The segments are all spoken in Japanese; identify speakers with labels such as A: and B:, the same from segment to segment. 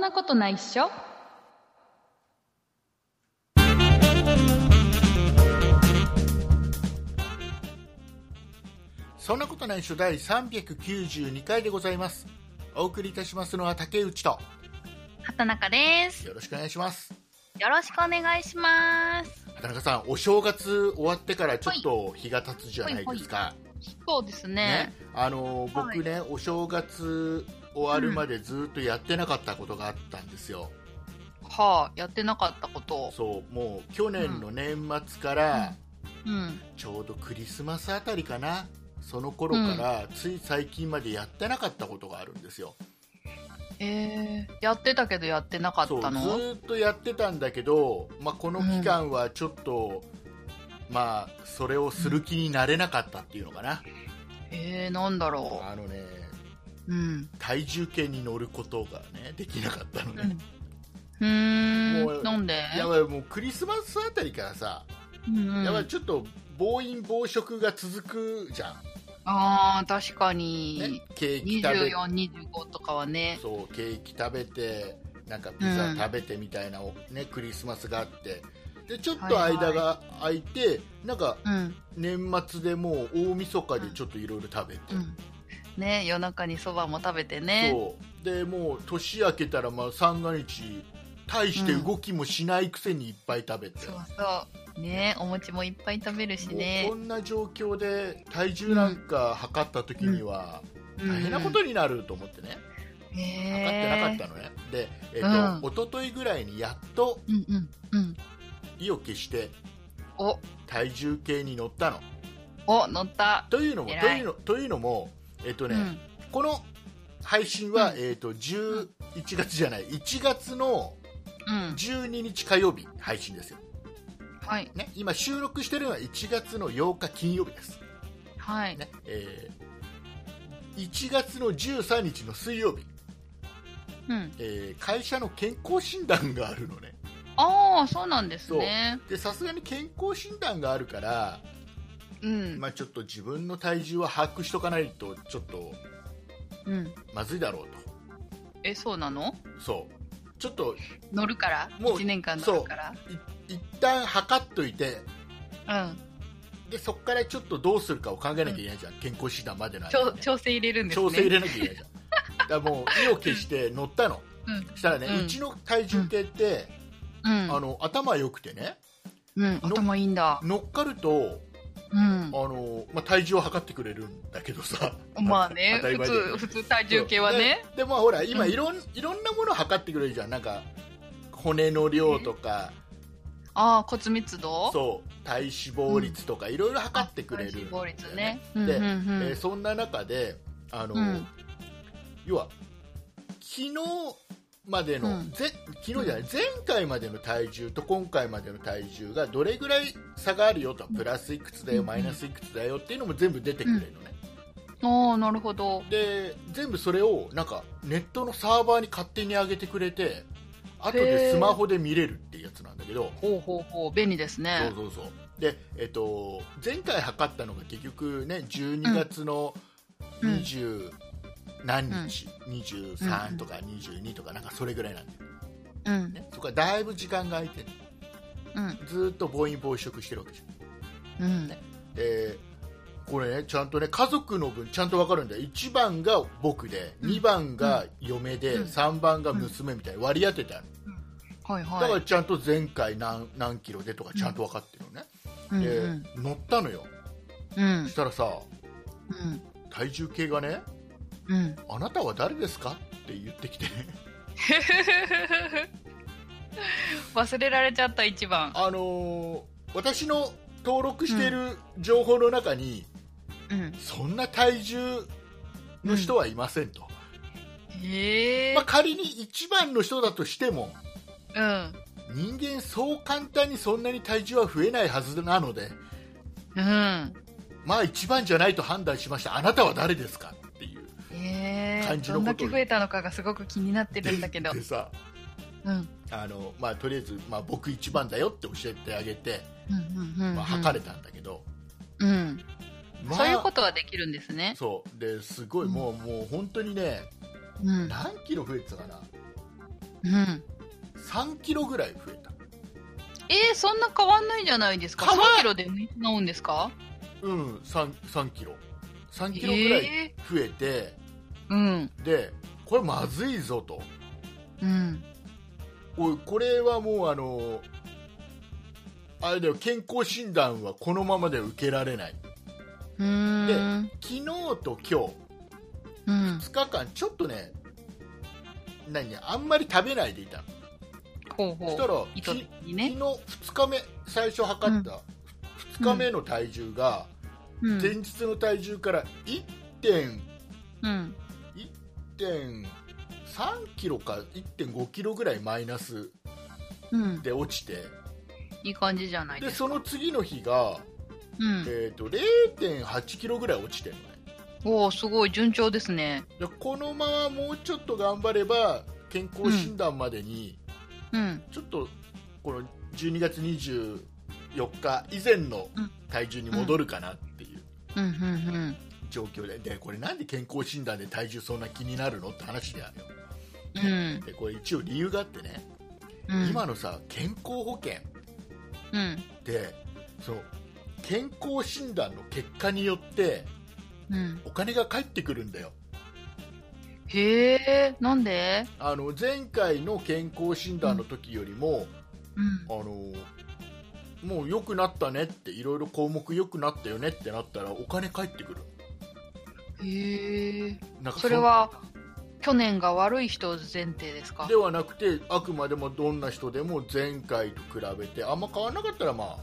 A: なことないっしょ
B: そんなことないっしょ第392回でございますお送りいたしますのは竹内と
A: 畑中です
B: よろしくお願いします
A: よろしくお願いします
B: 畑中さんお正月終わってからちょっと日が経つじゃないですか、
A: そうですね
B: ね、あのー僕ね、お正月終わるまでずっとやってなかったことがあったんですよ、
A: はあやってなかったこと
B: そうもう去年の年末から、
A: うん
B: ちょうどクリスマスあたりかなその頃から、つい最近までやってなかったことがあるんですよ
A: えー、やってたけどやってなかっ
B: そうず
A: たの
B: ーっとやってたんだけど、まあ、この期間はちょっと、まあそれをする気になれなかったっていうのかな、
A: えー、なんだろ
B: あのね
A: ううん
B: 体重計に乗ることがねできなかったの
A: う
B: ね、
A: ん
B: も
A: うー
B: うん
A: なんで
B: やばいもうクリスマスあたりからさ、
A: うんうん
B: やばいちょっと暴飲暴食が続くじゃん、
A: あー確か
B: ね
A: に、
B: ケーキ食べ
A: 2425とかはね
B: そうケーキ食べてなんかピザ食べてみたいな、ね、クリスマスがあってでちょっと
A: はいはい
B: 間が空いて、なんか
A: うん
B: 年末でもう大晦日でちょっといろいろ食べて、
A: うんね夜中にそばも食べてね
B: そうでもう年明けたらまあ三が日大して動きもしないくせにいっぱい食べて、
A: そうそうねお餅もいっぱい食べるし
B: も
A: ね
B: うこんな状況で体重なんか測った時には
A: 大
B: 大変なことになると思ってね、測ってなかったのねで、えっと
A: うん
B: 一昨日ぐらいにやっと
A: うんうんうん
B: 意を決して
A: お
B: 体重計に乗ったの
A: お乗った
B: というのもと
A: 偉い
B: いうのというのもえっとね、
A: うん
B: この配信は、
A: うん
B: えっと11月じゃない1月の
A: うん
B: 12日火曜日配信ですよ、
A: はい
B: ね、今収録してるのは1月の8日金曜日です、
A: はい
B: ねえー1月の13日の水曜日、
A: うん
B: えー会社の健康診断があるのね
A: ああそうなんですね
B: でさすがに健康診断があるから、
A: うん
B: まあ、ちょっと自分の体重は把握しとかないとちょっと
A: うん
B: まずいだろう
A: えそうなの
B: とそうちょっと
A: 乗るから
B: もう
A: 1年間乗るから
B: い一旦測っといて
A: うん
B: でそこからちょっとどうするかを考えなきゃいけないじゃん、健康診断までの
A: ちょ
B: ね
A: 調整入れるんですね
B: 調整入れなきゃいけないじ ゃんだからもう意を決して乗ったの
A: うん
B: したらね、
A: う
B: うんちの体重計って、
A: うん
B: あの頭良くてね
A: うん頭いいんだ
B: 乗っかると
A: うん
B: あの、まあ、体重を測ってくれるんだけどさ
A: まあね
B: 当たり
A: 普
B: 前だよ
A: 通普通体重計はね
B: ででまあほら今
A: うん
B: いろん、いろんなもの測ってくれるじゃんなんか骨の量とか、
A: ああ骨密度
B: そう体脂肪率とかいろいろ測ってくれるんだよ、
A: 体脂肪率ね
B: で、
A: うんうんうん
B: えーそんな中であの、
A: うん
B: 要は昨日までの、
A: うん
B: ぜ昨日じゃない、前回までの体重と今回までの体重がどれぐらい差があるよとプラスいくつだよ、
A: うん
B: マイナスいくつだよっていうのも全部出てくれるのね、
A: ああなるほど
B: で全部それをなんかネットのサーバーに勝手に上げてくれて後でスマホで見れるっていうやつなんだけど
A: ほうほうほう便利です
B: そ
A: ね
B: うそうそうで、えっと、前回測ったのが結局ね12月の
A: うん
B: 20何日、23とか22とかなんかそれぐらいなんだよ
A: うん
B: ねそこはだいぶ時間が空いてる
A: うん
B: ずーっと暴飲暴食してるわけじゃん
A: うん
B: でこれねちゃんとね家族の分ちゃんと分かるんだよ1番が僕で2番が嫁で、
A: うん
B: 3番が娘みたいに割り当ててある
A: はい
B: だか
A: は
B: ら
A: い
B: ちゃんと前回何何キロでとかちゃんと分かってるのね、
A: うんう
B: で、
A: ん
B: 乗ったのよ
A: うん
B: そしたらさ
A: うん
B: 体重計がね
A: うん
B: 「あなたは誰ですか?」って言ってき て
A: 忘れられちゃった一番
B: あのー私の登録している情報の中に、
A: うん
B: そんな体重の人はいませんと、
A: へえ
B: まあ、仮に1番の人だとしても
A: うん
B: 人間そう簡単にそんなに体重は増えないはずなので
A: うん
B: まあ1番じゃないと判断しましたあなたは誰ですかっていう
A: ええ
B: 感じの
A: ど
B: こ
A: ん
B: と
A: だけ増えたのかがすごく気になってるんだけど
B: でさ
A: うん
B: あの、まあ、とりあえず、まあ、僕1番だよって教えてあげて、
A: うんうんうんうん
B: まあ、測れたんだけど、
A: うん
B: まあ
A: そういうことはできるんですね
B: そうですごいもう,、もう本当にね
A: うん
B: 何キロ増えてたかな
A: うん。
B: 3キロぐらい増えた
A: えー、そんな変わんないじゃないですか。
B: 変わん
A: 3キロで抜いて治んですか
B: うん3 3キロ3キロぐらい
A: え
B: 増えて、
A: ーうん。
B: でこれまずいぞと
A: うん。
B: おいこれはもうあのあれだよ健康診断はこのままで受けられないう
A: ーん。
B: 昨日と今日
A: うん。
B: 2日間ちょっとね何あんまり食べないでいたの
A: ほうほ
B: そうした。ら
A: 意
B: き昨
A: 図
B: 日
A: 的にね。
B: 2日目最初測った、2日目の体重が、
A: うん。
B: 前日の体重から1点
A: うん。
B: 1.3キロか1.5キロぐらいマイナス
A: うん。
B: で落ちて
A: いい感じじゃない
B: で
A: です
B: そ
A: か。
B: の次の日が、
A: うん。
B: えー、と0.8キロぐらい落ちてるのね
A: おお、すごい、順調ですね。
B: でこのままもうちょっと頑張れば健康診断までに、
A: うん。
B: ちょっとこの12月24日以前の体重に戻るかなっていう
A: うん、うん、
B: 状況ででこれなんで健康診断で体重そんな気になるのって話であるよ
A: うん。うん。
B: でこれ一応理由があってね、
A: うん。
B: 今のさ健康保険
A: うん。
B: でその健康診断の結果によって
A: うん。
B: お金が返ってくるんだよ
A: へえ、なんで
B: あの前回の健康診断の時よりも、
A: うん。
B: あのもう良くなったねっていろいろ項目良くなったよねってなったらお金返ってくる
A: へえ。
B: なんか
A: それは、去年が悪い人前提ですか
B: ではなくてあくまでもどんな人でも前回と比べてあんま変わらなかったらまあ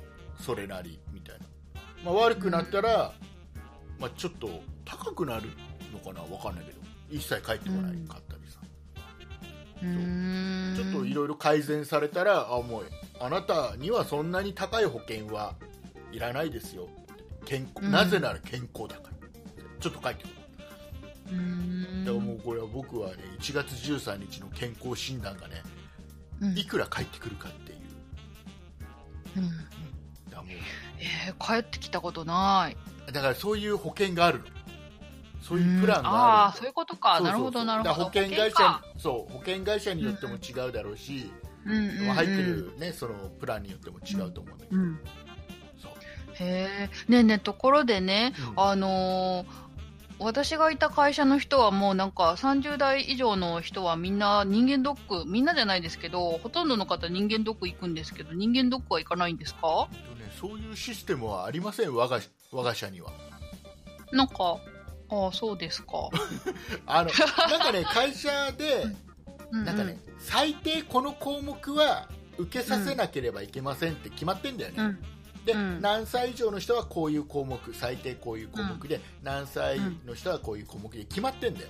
B: それなりみたいな、まあ、悪くなったら、まあ、ちょっと高くなるのかな分かんないけど一切返ってこないかったりさ、
A: うーん。
B: ちょっといろいろ改善されたらあもうあなたにはそんなに高い保険はいらないですよ健康、
A: うん
B: なぜなら健康だからちょっと返ってくる、
A: うーん。
B: でももうこれは僕はね1月13日の健康診断がね
A: うん
B: いくら返ってくるかっていう
A: うん
B: だからもう
A: えー、帰ってきたことない。
B: だからそういう保険があるのそういうプラン
A: あ
B: が
A: あ
B: あ
A: ー、
B: る
A: そういうことか。
B: そう
A: な
B: そ
A: る
B: うそ
A: ほ
B: う
A: ど、なる
B: だ
A: ほ
B: か
A: ど。
B: ら保険会社
A: か
B: にそう保険会社によっても違うだろうし、
A: うんうんうん
B: 入って。る、ね、そのプランによっても違うと思うんだけ
A: う
B: ど、
A: ん。
B: そう
A: へえ。ねえねえ、ところでね、
B: うん
A: あのー私がいた会社の人はもうなんか30代以上の人はみんな人間ドック、みんなじゃないですけど、ほとんどの方人間ドック行くんですけど、人間ドックは行かないんですか
B: えっとね、そういうシステムはありません我が我が社には
A: なんか、ああ、そうです か。
B: あのなんかね会社で
A: うう
B: なんかね、。最低この項目は受けさせなければいけませんって決まってんだよね、
A: うん。
B: で、
A: うん
B: 何歳以上の人はこういう項目最低こういう項目で、何歳の人はこういう項目で決まってんだよ、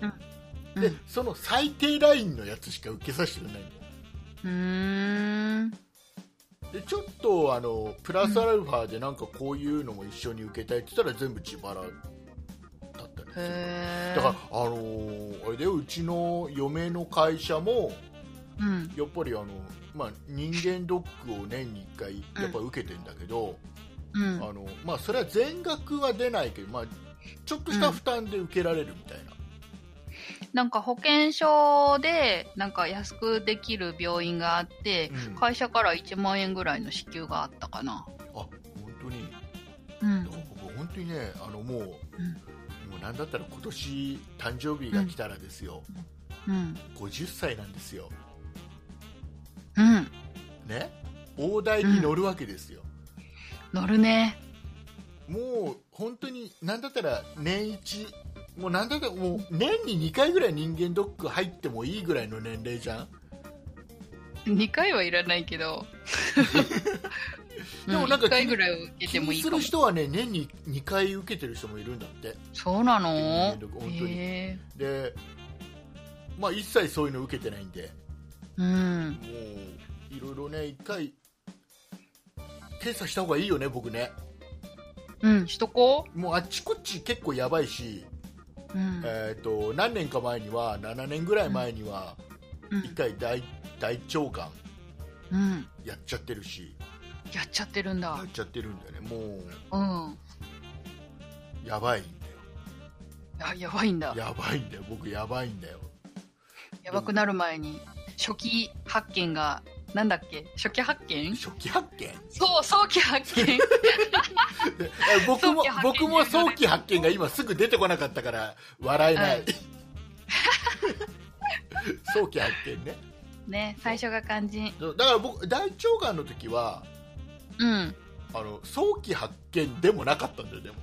A: うん
B: でその最低ラインのやつしか受けさせてくれないんだよ
A: うーん。
B: でちょっとあのプラスアルファでなんかこういうのも一緒に受けたいって言ったら全部自腹だったりする
A: へえ。
B: だから、あのーあれでうちの嫁の会社も
A: うん。
B: やっぱりあの、まあ、人間ドックを年に1回やっぱ受けてんだけど、
A: うん。
B: あのまあ、それは全額は出ないけど、まあ、ちょっとした負担で受けられるみたいな、
A: なんか保険証でなんか安くできる病院があって、
B: うん
A: 会社から1万円ぐらいの支給があったかな。
B: あ本当に
A: うん
B: だから僕本当にねあのもう、も
A: ん
B: うなんだったら今年誕生日が来たらですよ、
A: うん。
B: 50歳なんですよ
A: うん。
B: ね大台に乗るわけですよ、
A: 乗るね。
B: もう本当になんだったら年一もうなんだったらもう年に2回ぐらい人間ドック入ってもいいぐらいの年齢じゃん、
A: 2回はいらないけど。
B: でもなんか
A: 1回ぐらいは受けてもいいか
B: 気にする
A: も。
B: 人はね年に2回受けてる人もいるんだって
A: そうなの
B: 人間ドック本当に
A: へえ。
B: でまあ一切そういうの受けてないんで
A: うん。
B: もういろいろね1回検査した方がいいよね僕ね
A: うん、しとこ
B: もうあっちこっち結構やばいし、
A: う。うん。
B: えー、と何年か前には7年ぐらい前には
A: う
B: 1
A: ん
B: 回大大腸がん
A: うん。
B: やっちゃってるし
A: やっちゃってるん
B: や
A: だ
B: っ。ちゃってるんだよねもう
A: うん。
B: やばいん
A: や、やばいんだ
B: だよ。やばいんだよ僕やばいんだよ
A: やばくなる前に初期発見が、なんだっけ初期発見
B: 初期発 見
A: そう、早期発見。
B: え僕
A: 早
B: も
A: 期発見
B: 僕も早期発見が今すぐ出てこなかったから笑えない、
A: うん
B: 早期発見ね
A: ね、最初が肝心。
B: そうだから僕大腸がんの時は
A: うん。
B: あの早期発見でもなかったんだよでも、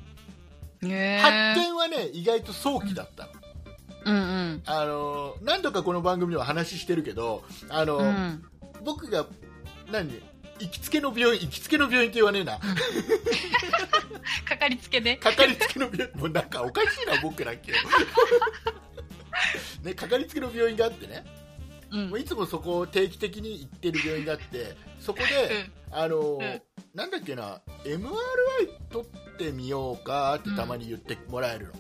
A: ね
B: 発見はね意外と早期だったの
A: うんうん。
B: あの何度かこの番組では話してるけどあの、
A: うん。
B: 僕が何行きつけの病院行きつけの病院って言わねえな
A: かかりつけで。
B: かかりつけの病 院もうなんかおかしいな僕ら今日ねかかりつけの病院があってね
A: うん。うん
B: もういつもそこを定期的に行ってる病院があってそこで、あの
A: うん
B: なんだっけな MRI 取ってみようかってたまに言ってもらえるの、
A: うん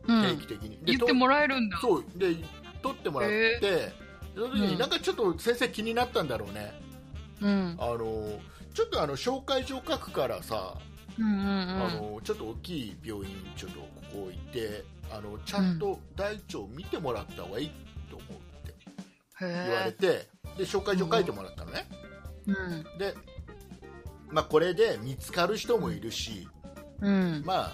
B: 定期的にで
A: 言ってもらえるんだ。
B: そうで取ってもらって、
A: へ
B: その時に、
A: うん
B: なんかちょっと先生気になったんだろうね
A: うん。
B: あのちょっとあの紹介状書くからさ、
A: うんうん
B: あのちょっと大きい病院ちょっとここ置いてあのちゃんと大腸見てもらった方がいいと思うって
A: うん。
B: 言われ
A: へえ。
B: て、で紹介状書いてもらったのね、
A: うん。
B: で、まあ、これで見つかる人もいるし、
A: うん。
B: まあ、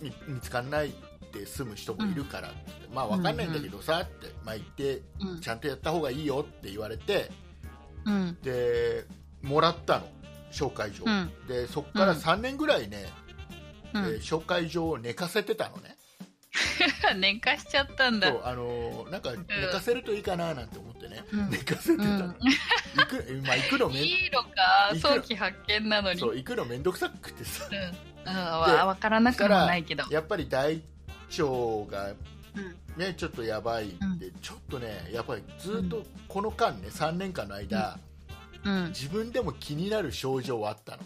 B: み見つかんないで済む人もいるからって、まあ分かんないんだけどさって、まあ、言って
A: うん
B: ちゃんとやった方がいいよって言われて
A: うん。
B: でもらったの紹介状、
A: うん
B: でそこから
A: うん
B: 3年ぐらいね、
A: う
B: え
A: ん
B: ー。紹介状を寝かせてたのね、
A: 年化しちゃったんだ。
B: そうあのーなんか寝かせるといいかななんて思ってね、
A: うん
B: 寝かせて
A: う
B: たの、
A: ん。
B: 行くまあ、行くのめん
A: いいのか
B: い、くら
A: 早期発見なのに。
B: そうう行くのめんどくさくてさ
A: ん。うん。わわからなくもないけど。
B: やっぱり大腸が
A: うん。
B: ね、ちょっとやばいで、ちょっとね、やっぱりずっとこの間ね、3年間の間、
A: うん。
B: 自分でも気になる症状はあったの、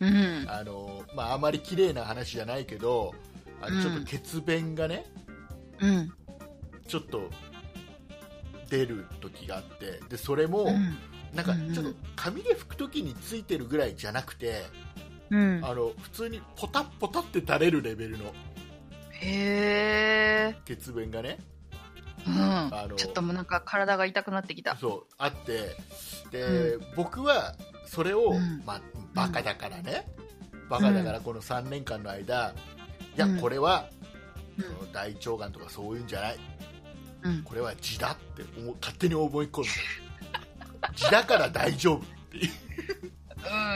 A: うん。
B: あのまあ、あまり綺麗な話じゃないけど、あ
A: う
B: の
A: ん
B: ちょっと血便がね、
A: うん。
B: ちょっと出る時があって、でそれも、
A: うん。
B: なんか
A: うんうん
B: ちょっと紙で拭く時についてるぐらいじゃなくて、
A: うん。
B: あの普通にポタッポタって垂れるレベルの
A: へえ。
B: 血便がね、あ
A: う
B: の
A: ん。ちょっともうなんか体が痛くなってきた。
B: そうあってで、僕はそれを、
A: うん
B: まあ、バカだからね、バカだからこの3年間の間、い
A: うん
B: やこれは、
A: うん
B: その大腸がんとかそういうんじゃない
A: うん。
B: これは痔だって思う勝手に思い 込む痔だから大丈夫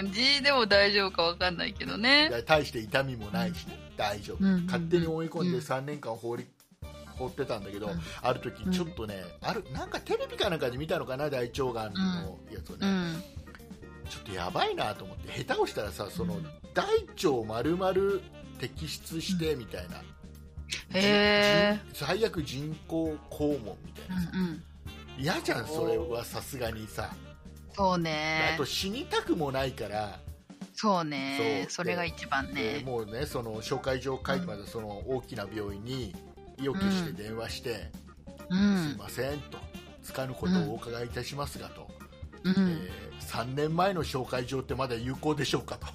A: うん。G でも大丈夫かわかんないけどね。
B: 大して痛みもないし、ね、大丈夫、
A: うん
B: 勝手に思い込ん
A: うん
B: で3年間放り放ってたんだけど、
A: うん
B: ある時ちょっとね、あるなんかテレビかなんかで見たのかな大腸がんのやつを
A: う
B: ね、
A: ん。
B: ちょっとやばいなと思って下手をしたらさその
A: うん
B: 大腸丸々摘出してみたいな、
A: へえ。
B: じん最悪人工肛門みたいなさ
A: うんうん。
B: 嫌じゃんそれはさすがにさ
A: そう
B: あ
A: ね
B: と。死にたくもないから、
A: そうね。
B: そう
A: それが一番
B: で
A: ね。
B: もうねその紹介状書いてまでその大きな病院に意を決して電話して
A: う
B: 「すい
A: ん。
B: ません」と「つかぬことをお伺いいたしますが」と
A: う
B: 「え
A: ん。
B: ー3年前の紹介状ってまだ有効でしょうか」と。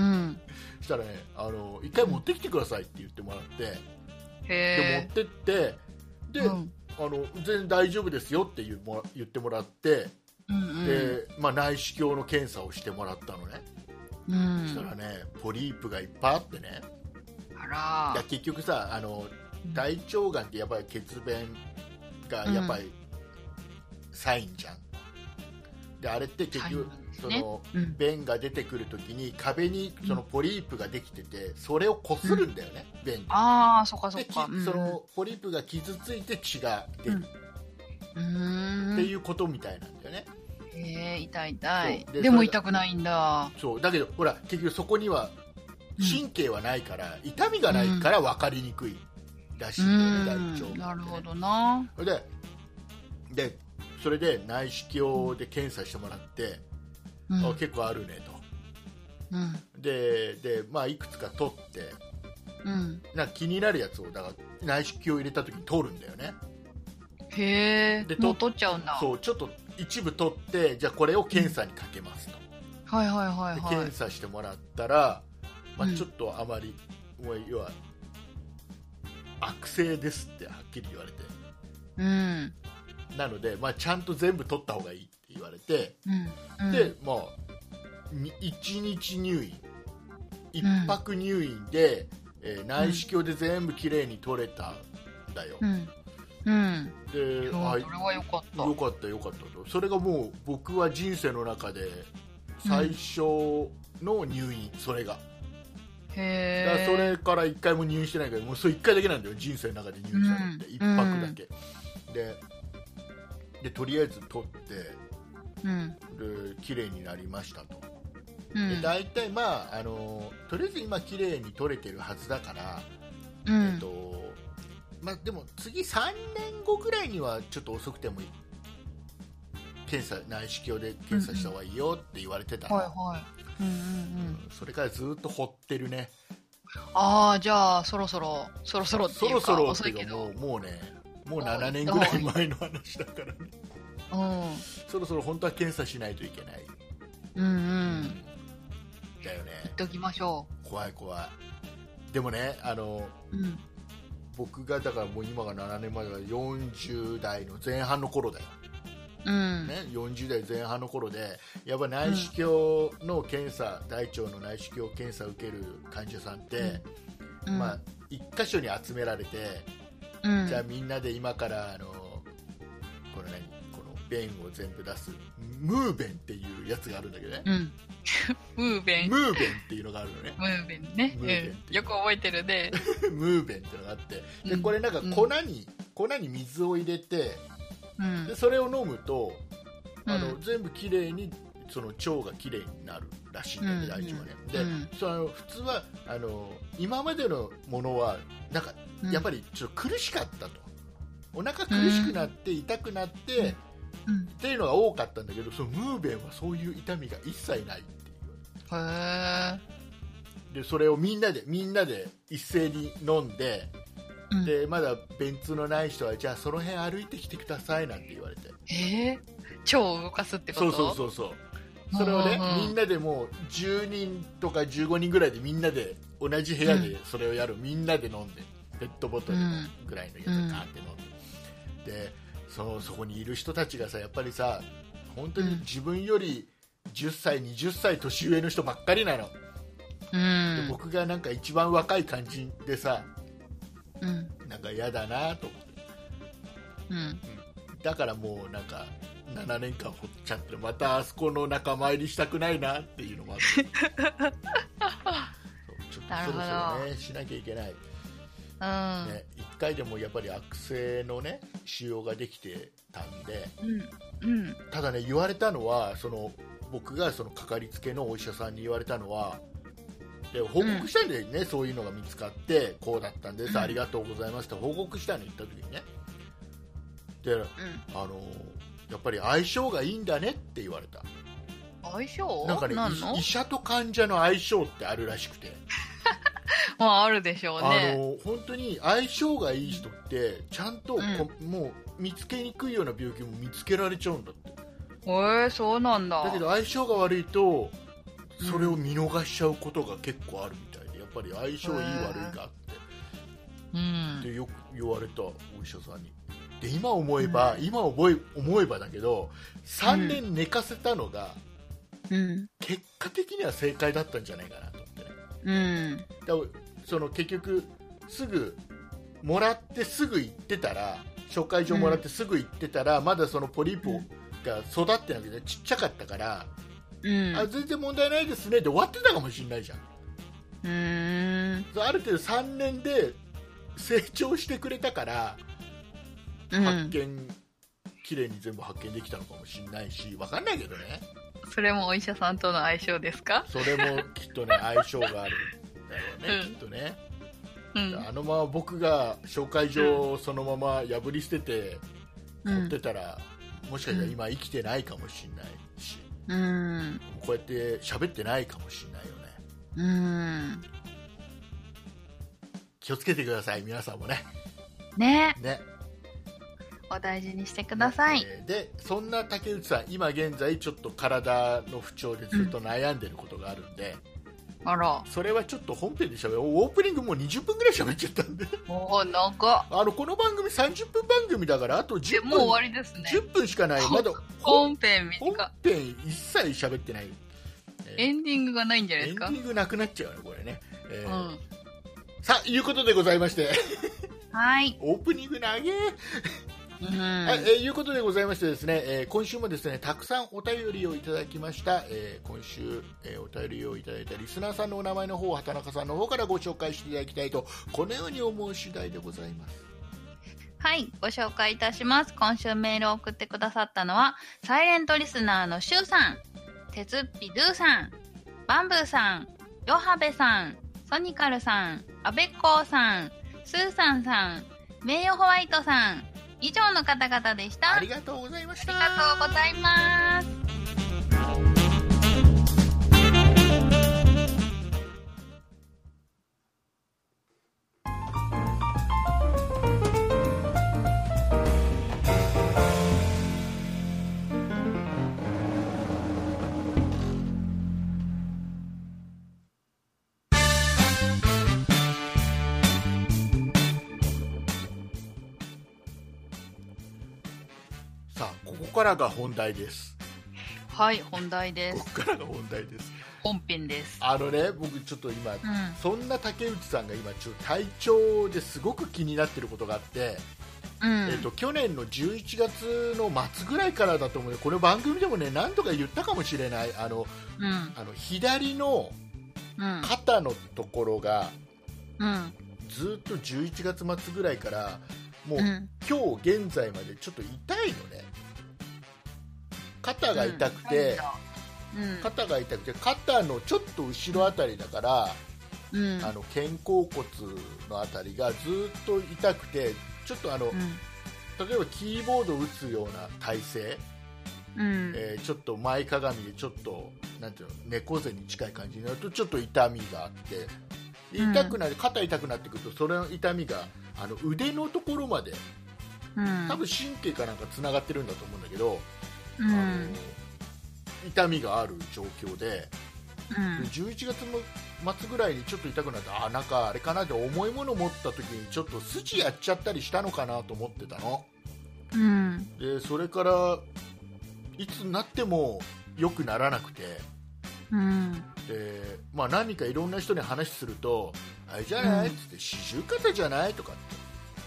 A: うん。
B: そしたらねあの一回持ってきてくださいって言ってもらって、で
A: へえ。
B: 持ってってで、
A: うん。
B: あの全然大丈夫ですよって言うもら言ってもらって、
A: うんうん。
B: でまあ、内視鏡の検査をしてもらったのね、
A: う
B: そしたら
A: ん。
B: ねポリープがいっぱいあってね
A: あら
B: いや。結局さあの
A: うん
B: 大腸がんってやっぱり血便がやっぱりサインじゃん、であれって結局、
A: サインなんです
B: そ
A: ね
B: の
A: うん。
B: 便が出てくるときに壁にそのポリープができててそれをこするんだよね、便で
A: ああ、そっかそっ
B: でき
A: か。うん
B: そのポリープが傷ついて血が出る
A: う
B: って
A: ん。
B: いうことみたいなんだよね、
A: へえ、痛い痛い
B: そう。で
A: でも
B: それが
A: 痛くないんだ。
B: そうだけどほら結局そこには
A: うん
B: 神経はないから、痛みがないから分かりにくいらし
A: う
B: い
A: ん
B: だよね大腸って
A: ん。
B: ね
A: なるほどな。
B: それででそれで内視鏡で検査してもらって、
A: うん。
B: あ結構あるね
A: うん。
B: とでで、まあ、いくつか取って
A: うん。
B: なんか気になるやつをだから内視鏡を入れた時に取るんだよね
A: へえ
B: で。
A: もう取っちゃうんだ。
B: そうちょっと一部取ってじゃあこれを検査にかけますと。
A: はいはいはい
B: で
A: はい
B: 検。査してもらったら、まあ、
A: うん
B: ちょっとあまり、もう要は悪性ですってはっきり言われて
A: うん。
B: なので、まあ、ちゃんと全部取った方がいいって言われて、
A: うんうん
B: で、まあ、1日入院1泊入院で、えー内視鏡で全部きれいに取れたんだよ、
A: うんうん
B: で
A: そう
B: あ
A: それは良かった
B: よかったよかったとそれがもう僕は人生の中で最初の入院、それがだからそ
A: へえ
B: れから1回も入院してないけどもうそれ1回だけなんだよ人生の中で入院したのって、
A: うん
B: 一1泊だけ、ででとりあえず取って
A: うん
B: で綺麗になりましたと、
A: うん
B: で大体まああのとりあえず今綺麗に取れてるはずだから、
A: うん
B: えっとまあ、でも次3年後ぐらいにはちょっと遅くてもいい検査内視鏡で検査した方がいいよって言われてたの、
A: はいはいうんうんうん
B: うんそれからずっと掘ってるね
A: ああじゃあそろそろそろそろって
B: そ
A: いう
B: ろ
A: か
B: そろっ
A: 遅
B: て
A: い
B: い
A: け
B: うかも
A: ど
B: うもうねもう7年ぐらい前の話だ からね
A: うん
B: そろそろ本当は検査しないといけない、
A: うんうん
B: だよね
A: 言っときましょ
B: 怖い怖いでもねあの
A: ううん
B: 僕がだからもう今が7年前だから40代の前半の頃だよ
A: うん
B: ね、40代前半の頃でやっぱ内視鏡の検査、大腸の内視鏡検査を受ける患者さんって、
A: うん
B: まあ、1箇所に集められて、
A: うん
B: じゃあみんなで今からあのこの何この便を全部出すムーベンっていうやつがあるんだけどね、
A: うん ムーベン
B: ムーベンっていうのがあるのね
A: ムーベンね
B: ムーベン
A: うんよく覚えてるね
B: ムーベンっていうのがあってで
A: うん
B: これなんか粉に、粉に水を入れて
A: うん
B: でそれを飲むとあ
A: う
B: の
A: ん
B: 全部きれいにその腸がきれいになるらしいんだよ
A: う
B: ね、
A: ん
B: 大腸はね。
A: ん
B: で、
A: うん
B: その普通はあの今までのものはなんか
A: うん
B: やっぱりちょっと苦しかったと、お腹苦しくなって痛くなって、
A: うん
B: っ
A: うん
B: ていうのが多かったんだけどそのムーベンはそういう痛みが一切ないっていう
A: へえ
B: でそれをみんなでみんなで一斉に飲んで
A: うん
B: でまだ便通のない人はじゃあその辺歩いてきてくださいなんて言われて
A: ええ腸を動かすってこ
B: そう
A: と
B: そうそうそうそれをね、
A: うんうん
B: みんなでもう10人とか15人ぐらいでみんなで同じ部屋でそれをやる、みんなで飲んでペットボトルのぐらいのやつを
A: うん
B: ガーって飲んで、でそのそこにいる人たちがさやっぱりさ本当に自分より10歳20歳年上の人ばっかりなの、
A: う
B: で
A: ん
B: 僕がなんか一番若い感じでさ
A: うん
B: なんか嫌だなと思って
A: うん
B: だからもうなんか7年間ほっちゃってまたあそこの仲間入りしたくないなっていうの もあってそうちょっと
A: な
B: そ
A: るほ
B: ろ
A: ど
B: そろねしなきゃいけない、ね
A: うん
B: 1回でもやっぱり悪性のね腫瘍ができてたんで
A: うんうん
B: ただね言われたのはその僕がそのかかりつけのお医者さんに言われたのはで報告したんだよね、そういうのが見つかってこうだったんです、
A: うん
B: ありがとうございました報告したの言った時にねで
A: うん
B: あのやっぱり相性がいいんだねって言われた
A: 相性
B: なんかね
A: なんの
B: 医医者と患者の相性ってあるらしくて、
A: まああるでしょう
B: あ
A: ね
B: の本当に相性がいい人ってちゃんとこ、もう見つけにくいような病気も見つけられちゃうんだって
A: へえそうなんだ
B: だけど相性が悪いとそれを見逃しちゃうことが結構あるみたいでやっぱり相性いい悪いがあって
A: う
B: って
A: ん
B: よく言われたお医者さんにで今思えば、今思え思えばだけど3年寝かせたのが、
A: うん
B: 結果的には正解だったんじゃないかなと思ってね
A: うん
B: だからその結局すぐもらってすぐ行ってたら紹介状もらってすぐ行ってたら、まだそのポリープが育ってなくてちっちゃかったから、
A: うん
B: あ全然問題ないですねで終わってたかもしれないじゃん
A: うーん
B: そうある程度3年で成長してくれたから
A: う
B: 発
A: ん
B: 見、綺麗に全部発見できたのかもしれないし分かんないけどね
A: それもお医者さんとの相性ですか
B: それもきっとね相性があるんだろう
A: う
B: ね、
A: ん
B: きっとね
A: うん
B: あのまま僕が紹介状をそのまま破り捨てて
A: う
B: 持っ
A: ん
B: てたら、もしかしたら今生きてないかもしれないし
A: うん
B: こうやって喋ってないかもしれないよね
A: うん
B: 気をつけてください皆さんもね
A: ね
B: ね
A: お大事にしてください
B: えーでそんな竹内さん今現在ちょっと体の不調でずっと悩んでることがあるんで、
A: あら、
B: それはちょっと本編で喋るオープニングもう20分ぐらい喋っちゃったんで
A: おー、長っ。
B: あのこの番組30分番組だからあと
A: で
B: 10分
A: もう終わりですね。
B: 10分しかないまだ本
A: 本編
B: 本
A: 短い。
B: 編一切喋ってない
A: エンディングがないんじゃないで
B: エン
A: す
B: デ
A: か。
B: ィングなくなっちゃうねこれね、え
A: う
B: ー
A: ん。
B: さあいうことでございまして
A: はい。
B: オープニング長え
A: うん。
B: はい、えーいうことでございましてですね、えー今週もですねたくさんお便りをいただきました、えー今週、えーお便りをいただいたリスナーさんのお名前の方を畑中さんの方からご紹介していただきたいとこのように思う次第でございます
A: はい、ご紹介いたします。今週メールを送ってくださったのは、サイレントリスナーのシュウさん、鉄っぴドゥさん、バンブーさん、ヨハベさん、ソニカルさん、アベッコーさん、スーさんさん、名誉ホワイトさん、以上の方々でした。
B: あ
A: あ
B: り
A: り
B: がとうございました
A: がとうございます。
B: さあここからが本題です
A: はい、本題で
B: こ
A: す。
B: こからが本題です
A: 本編です。
B: あのね僕ちょっと今、
A: うん。
B: そんな竹内さんが今ちょっと体調ですごく気になってることがあって、
A: うん。
B: えー、と去年の11月の末ぐらいからだと思うよこの番組でもね何度か言ったかもしれないあの
A: うん。
B: あの左の
A: うん。
B: 肩のところが
A: うん。
B: ずっと11月末ぐらいからもう
A: うん。
B: 今日現在までちょっと痛いのね肩が痛くて、
A: うん。
B: 肩が痛くて肩のちょっと後ろあたりだから、
A: うん。
B: あの肩甲骨のあたりがずっと痛くてちょっとあの、
A: うん。
B: 例えばキーボードを打つような体勢、
A: うん。
B: えーちょっと前かがみでちょっとなんていうの猫背に近い感じになるとちょっと痛みがあって
A: うん
B: 痛くなる肩痛くなってくるとそれの痛みがあの腕のところまで
A: うん。
B: 多分神経かなんかつながってるんだと思うんだけど、
A: う
B: あ
A: ん
B: の。痛みがある状況で
A: うん
B: で11月の末ぐらいにちょっと痛くなってあなんかあれかなって重いもの持った時にちょっと筋やっちゃったりしたのかなと思ってたの。
A: うん
B: でそれからいつになっても良くならなくて
A: うん
B: で、まあ、何人かいろんな人に話するとあれじゃないっ
A: うん
B: つって四十肩じゃないとかっ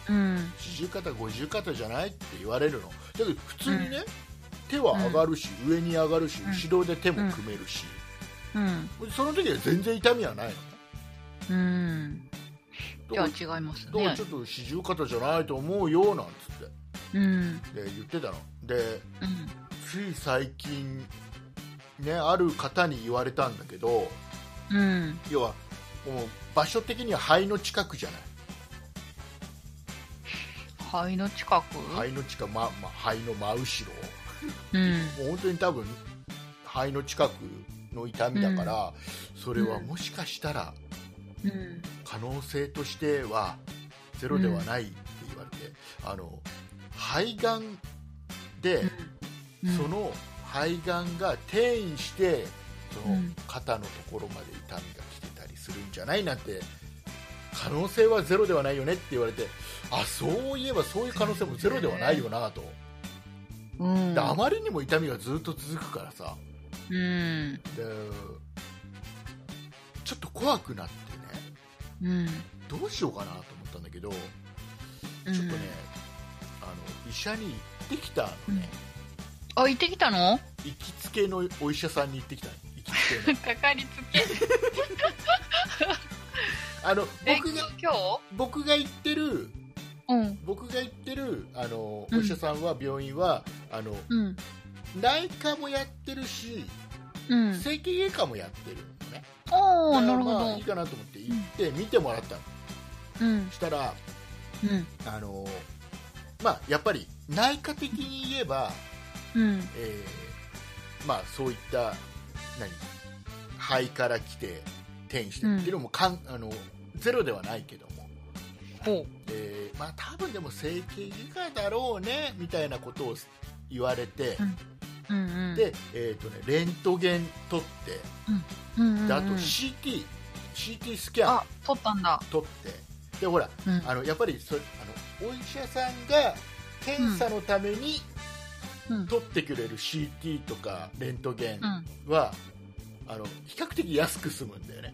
B: て
A: うん
B: 四十肩五十肩じゃないって言われるのだけど普通にね、手は上がるし、上に上がるし
A: うん
B: 後ろで手も組めるし、
A: うん
B: その時は全然痛みはないのね
A: うん
B: ど
A: じゃ
B: う
A: あ違います
B: どう
A: ね
B: ちょっと四十肩じゃないと思うよなんつっ
A: うん
B: てで言ってたので
A: うん
B: つい最近ねある方に言われたんだけど
A: うん
B: 要はもう場所的には肺の近くじゃない
A: 肺の近く
B: 肺の近く、まま、肺の真後
A: うん
B: ろもう本当に多分肺の近くの痛みだから、それはもしかしたら
A: うん
B: 可能性としてはゼロではないって言われて、あの肺がんで、
A: うん
B: その肺がんが転移してそうの
A: ん
B: 肩のところまで痛みが来てたりするんじゃないなんて可能性はゼロではないよねって言われてあそういえばそういう可能性もゼロではないよなと、
A: うん
B: であまりにも痛みがずっと続くからさ
A: うん
B: でちょっと怖くなってね
A: うん
B: どうしようかなと思ったんだけどちょ
A: う
B: っ
A: ん
B: とね、あの医者に行ってきたのね、
A: あ行ってきたの
B: 行きつけのお医者さんに行ってきたの行きつけの
A: かかりつけ
B: あの僕が
A: 今日
B: 僕が行ってる
A: うん
B: 僕が行ってるあの
A: うん
B: お医者さんは、病院はあの
A: うん
B: 内科もやってるし
A: うん
B: 整形外科もやってるのね、
A: おお
B: だ
A: な
B: から
A: るほ
B: まあい
A: ど
B: いかなと思って行って見てもらったの
A: うん
B: したら
A: うん
B: あの、まあ、やっぱり内科的に言えば、
A: うん
B: えーまあ、そういった何肺から来て転移してるっていうのもかん、あのゼロではないけども。
A: ほ
B: えーまあ多分でも整形外科だろうねみたいなことを言われて、
A: うんうんうん、
B: で、えーとね、レントゲン撮って
A: うんうんうん、
B: であと CT,、CT スキャン
A: あ取ったんだ、
B: 撮ってでほら
A: うん、
B: あのやっぱりそあのお医者さんが検査のために
A: うん
B: 撮ってくれる CT とかレントゲン
A: うん
B: は、あの比較的安く済むんだよね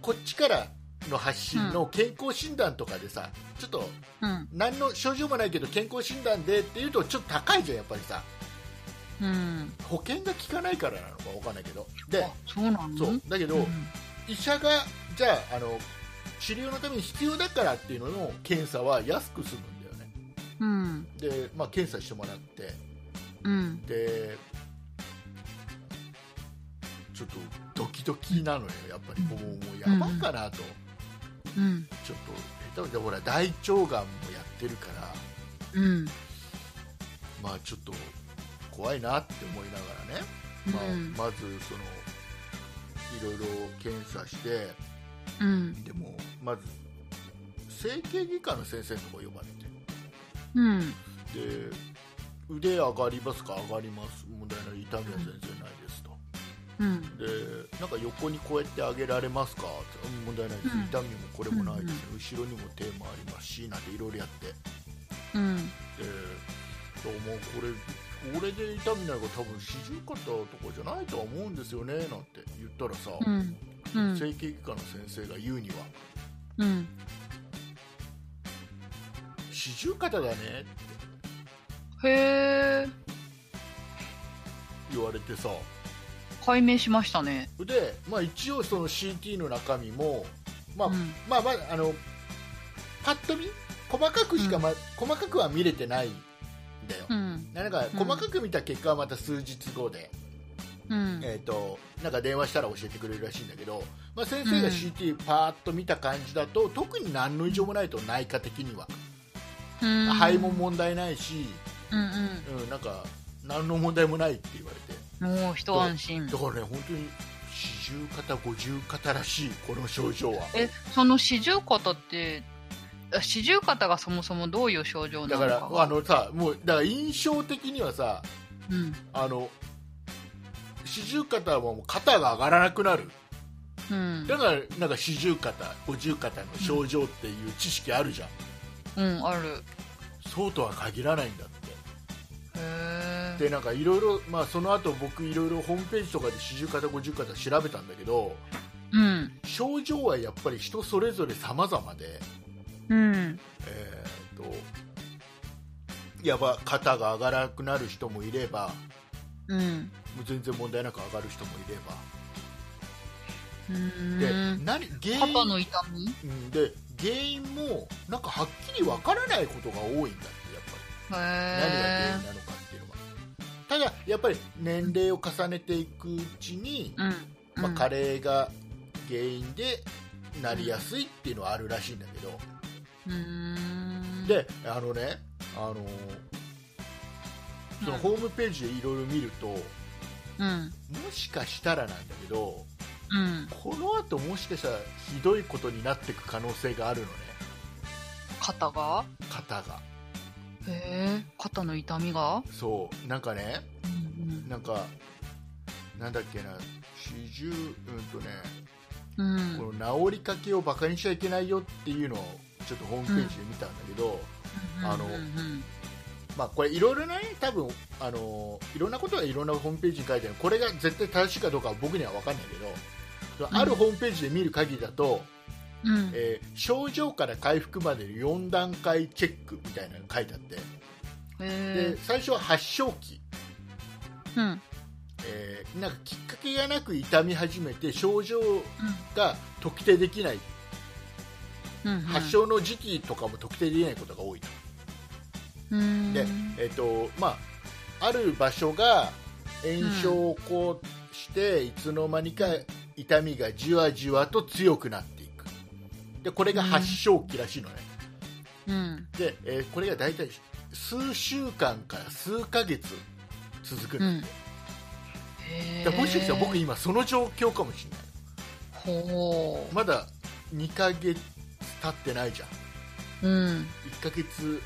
B: こっちからの発信の健康診断とかでさ、ちょっと
A: うん
B: 何の症状もないけど健康診断でっていうとちょっと高いじゃんやっぱりさ
A: うん
B: 保険が効かないからなのかわかんないけどで
A: あそうなの
B: そうだけど、
A: うん
B: 医者がじゃああの治療のために必要だからっていうのの検査は安く済むんだよね
A: うん
B: で、まあ、検査してもらって
A: うん
B: でちょっとドキドキなのよやっぱりもうもうやばいかなと、
A: うん
B: ちょっと下手でほら大腸がんもやってるから
A: うん
B: まあちょっと怖いなって思いながらね、まあ
A: うん、
B: まずそのいろいろ検査して
A: うん
B: でもまず整形外科の先生のとこ呼ばれて
A: うん
B: で腕上がりますか上がります問題ない痛みは全然ないですと、
A: うん
B: でなんか横にこうやって上げられますかってうん問題ないです、
A: うん
B: 痛みもこれもないです、後ろにも手もありますしなんていろいろやってで
A: うん
B: どうもこれこれで痛みないから多分四十肩とかじゃないとは思うんですよねなんて言ったらさ、
A: うんうん
B: 整形外科の先生が言うには
A: うん
B: 四十肩だねって
A: へえ
B: 言われてさ
A: 解明しましたね
B: で、まあ、一応その CT の中身も、まあ
A: うん
B: まあまああのパッと見細かくしか、ま細かくは見れてないんだよ、
A: うん
B: なんか
A: うん
B: 細かく見た結果はまた数日後で、
A: うん
B: えー、となんか電話したら教えてくれるらしいんだけど、まあ、先生が CT パーッと見た感じだと、特に何の異常もないと内科的には、
A: うん
B: 肺も問題ないし、
A: うん
B: うん、なんか何の問題もないって言われて
A: うんもう一安心
B: だからね本当に四十肩五十肩らしいこの症状は
A: えその四十肩ってあ四十肩がそもそもどういう症状な
B: だ
A: のか
B: から
A: が
B: あのさもうだから印象的にはさ
A: うん
B: あの四十肩はもう肩が上がらなくなる
A: うん
B: だからなんか四十肩五十肩の症状っていう知識あるじゃん、
A: うんある
B: そうとは限らないんだっ
A: へ
B: てでなんかいろいろまあその後僕いろいろホームページとかで四十肩五十肩調べたんだけど
A: うん
B: 症状はやっぱり人それぞれ様々で
A: うん
B: えーっとやば肩が上がらなくなる人もいれば
A: うん
B: もう全然問題なく上がる人もいれば
A: う
B: で
A: ん
B: 何原
A: 肩
B: 因
A: の痛み
B: うんで原因もなんかはっきりわからないことが多いんだってやっ
A: へ
B: ぱり何が原
A: え
B: 因なのかっていうのがただやっぱり年齢を重ねていくうちに、
A: うん
B: まあ、加齢が原因でなりやすいっていうのはあるらしいんだけど、
A: うん
B: であのねあのーその
A: うん
B: ホームページでいろいろ見ると、
A: うん
B: もしかしたらなんだけど
A: うん
B: この後もしかしたらひどいことになっていく可能性があるのね
A: 肩が
B: 肩が
A: へえ肩の痛みが
B: そうなんかね
A: うん
B: なんかなんだっけな四十うんとね、
A: うんうん
B: この治りかけをバカにしちゃいけないよっていうのをちょっとホームページで見たんだけど、あの
A: うん
B: まあこれいろいろなね多分あのいろんなことはいろんなホームページに書いてあるこれが絶対正しいかどうかは僕には分かんないけどそのあるホームページで見る限りだと、
A: うん
B: えー症状から回復までの4段階チェックみたいなのが書いてあっ
A: へ
B: て、で
A: え
B: 最初は発症期、
A: うん
B: えーなんかきっかけがなく痛み始めて症状
A: うん
B: が特定できない、
A: うんうん
B: 発症の時期とかも特定できないことが多いと、
A: うん
B: でえっとまあ、ある場所が炎症を起こして、いつの間にか痛みがじわじわと強くなっていくでこれが発症期らしいのね、
A: うん
B: で、えーこれが大体数週間から数ヶ月続くんだって、
A: へ
B: だからもしかしたら僕
A: え
B: 今その状況かもしれない
A: ほ
B: まだ2ヶ月経ってないじゃ
A: う
B: ん
A: うん
B: 1ヶ月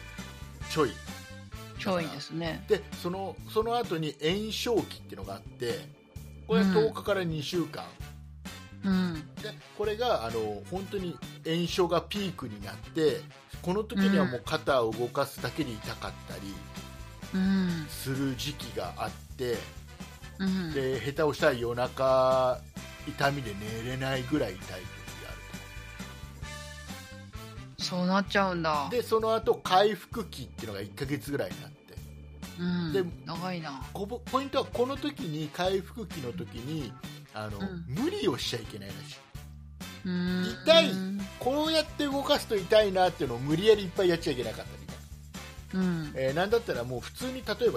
B: ちょい
A: 超いいですね。
B: でそのその後に炎症期っていうのがあってこれは10日から2週間、
A: うん。
B: でこれがあの本当に炎症がピークになってこの時にはもう肩を動かすだけで痛かったり
A: うん。
B: する時期があって、
A: うん。
B: で下手をしたら夜中痛みで寝れないぐらい痛い時がある
A: そうなっちゃうんだ
B: と。でその後回復期っていうのが1ヶ月ぐらいになって
A: うん。
B: で
A: 長いな。
B: こぼポイントはこの時に回復期の時にあの、
A: うん
B: 無理をしちゃいけないらしい
A: うん。
B: 痛い
A: うん。
B: こうやって動かすと痛いなっていうのを無理やりいっぱいやっちゃいけなかったみたいな
A: うん。
B: えーなんだったらもう普通に例えば立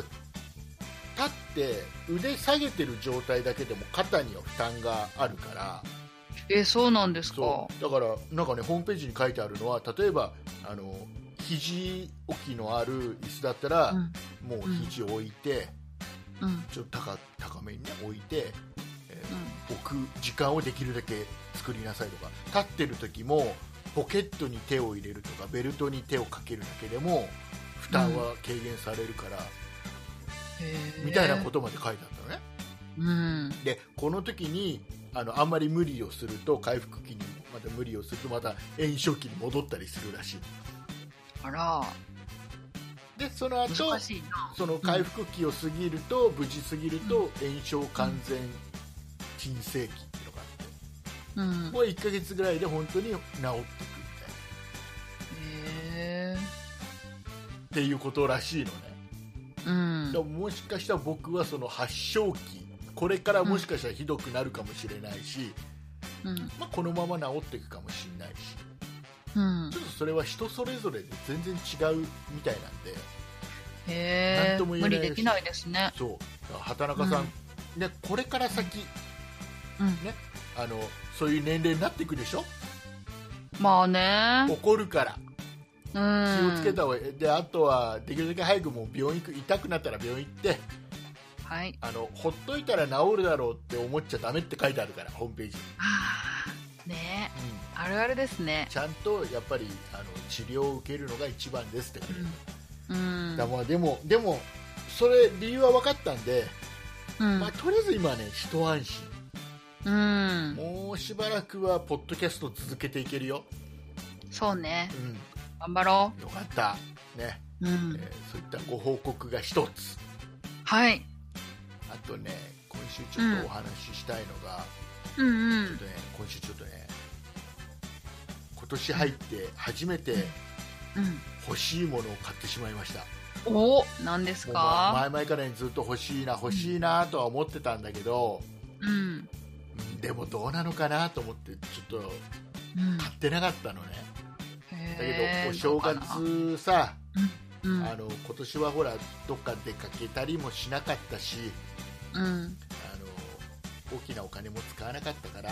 B: って腕下げてる状態だけでも肩には負担があるから
A: え、そうなんですか
B: そ。うだからなんかねホームページに書いてあるのは例えばあの肘置きのある椅子だったら、
A: うん。
B: もう肘を置いて、
A: うん。。
B: ちょっと高高めにね置いて置く時間をできるだけ作りなさいとか立ってる時もポケットに手を入れるとかベルトに手をかけるだけでも負担は軽減されるから、みたいなこととまで書いてあったのね、
A: うん。
B: でこの時にあのあんまり無理をすると回復期にまた無理をするとまた炎症期に戻ったりするらしい
A: あら、
B: でその後
A: 難しいな。
B: その回復期を過ぎると無事過ぎると炎症完全鎮静期っていうのがあって
A: うん。
B: もう1ヶ月ぐらいで本当に治っていくみたいなっ
A: へえ。
B: ていうことらしいのね
A: うん
B: で。ももしかしたら僕はその発症期これからもしかしたらひどくなるかもしれないし、
A: うん。
B: まあ、このまま治っていくかもしれないし
A: うん
B: ち。ょっとそれは人それぞれで全然違うみたいなんでな
A: へ
B: ん
A: え。
B: とも言
A: 無
B: えない
A: 理できないですね。
B: そうだから畑中さん、ね、これから先
A: うん。
B: あのそういう年齢になっていくでしょ
A: まあね。
B: 起こるから気
A: うん。
B: をつけた方がいい、であとはできるだけ早くもう病院行く痛くなったら病院行って
A: はい。
B: あのほっといたら治るだろうって思っちゃダメって書いてあるからホームページに、
A: あーね
B: うん
A: えあるあるですね。
B: ちゃんとやっぱりあの治療を受けるのが一番ですって書いてある
A: うん。
B: だからまあでもでもそれ理由は分かったんで、
A: うん
B: まあ、とりあえず今はね一安心
A: うん。
B: もうしばらくはポッドキャスト続けていけるよ、
A: そうね。
B: う
A: 頑張ろ
B: ん、よかった、ね
A: う。う
B: えー
A: ん。
B: そういったご報告が一つ
A: はい。
B: あとね今週ちょっとお話ししたいのが、
A: うんう
B: ちょっ
A: ん。
B: とね、今週ちょっとね今年入って初めて
A: うん。
B: 欲しいものを買ってしまいました
A: お何です
B: もうま
A: か
B: 前々から、ね、ずっと欲しいな欲しいなとは思ってたんだけど、
A: うん。
B: うんでもどうなのかなと思ってちょっと
A: うん。
B: 買ってなかったのね、だ
A: へー
B: けどお正
A: どうかな
B: 月さ、
A: うん
B: あの今年はほらどっか出かけたりもしなかったし
A: うん
B: あの大きなお金も使わなかったから、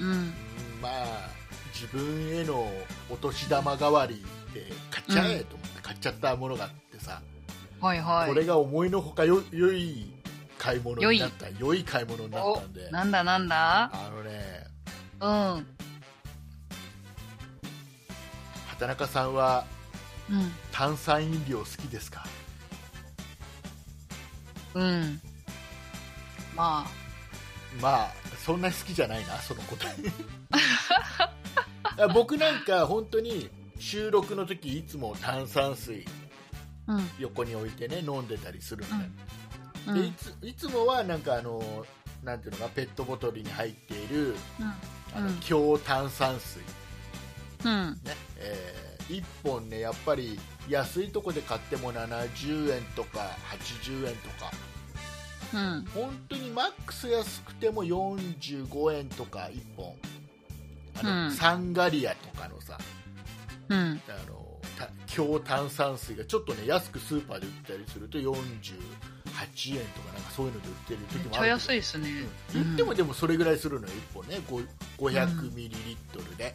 A: うん
B: うんまあ自分へのお年玉代わりで買っちゃえと思って買っちゃったものがあってさ、
A: はいはい
B: これが思いのほかよ良い買い物になった良い買い物になったんで
A: なんだなんだ
B: あのね
A: うんうん
B: 畑中さんは炭酸飲料好きですか
A: うんまあ
B: まあそんなに好きじゃないなそ の答え僕なんか本当に収録の時いつも炭酸水
A: うん
B: 横に置いてね飲んでたりするのね、
A: う
B: でい
A: ん
B: ついつもはなんかあのなんていうのかペットボトルに入っているあの
A: うん
B: 強炭酸水
A: うん
B: ね、え1本ねやっぱり安いとこで買っても70円とか80円とか
A: うん
B: 本当にマックス安くても45円とか1本あの、
A: うん
B: サンガリアとかのさ
A: うん
B: あのた強炭酸水がちょっとね安くスーパーで売ったりすると48円とかなんかそういうので売ってる
A: め
B: 時
A: っ
B: も
A: ち
B: あ
A: ゃ
B: る
A: 安
B: け
A: いっすね
B: ど、うん言ってもでもそれぐらいするのよ1本ね500ミリリットルで、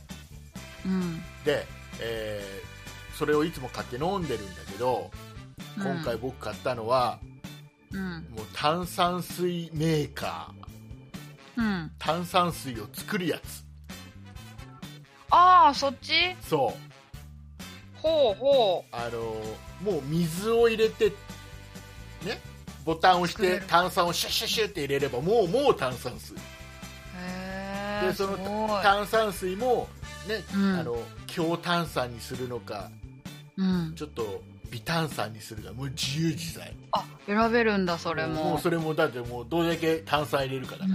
A: うん
B: で、えーそれをいつも買って飲んでるんだけど
A: うん
B: 今回僕買ったのは、
A: うん
B: もう炭酸水メーカ
A: う
B: ー
A: ん
B: 炭酸水を作るやつ
A: ああそっち
B: そ
A: ほうほ
B: あのもう水を入れてねボタンを押し
A: 作れ
B: て
A: る
B: 炭酸をシュッシュッシュッって入れればもうもう炭酸水
A: う。へえ。
B: ですそ
A: ご
B: の
A: い。
B: 炭酸水もね、
A: うん
B: あの強炭酸にするのか
A: うん。
B: ちょっと微炭酸にするかもう自由自在
A: あ、選べるんだ、それ
B: もう
A: も。
B: それもだってもうどれだけ炭酸入れるかだか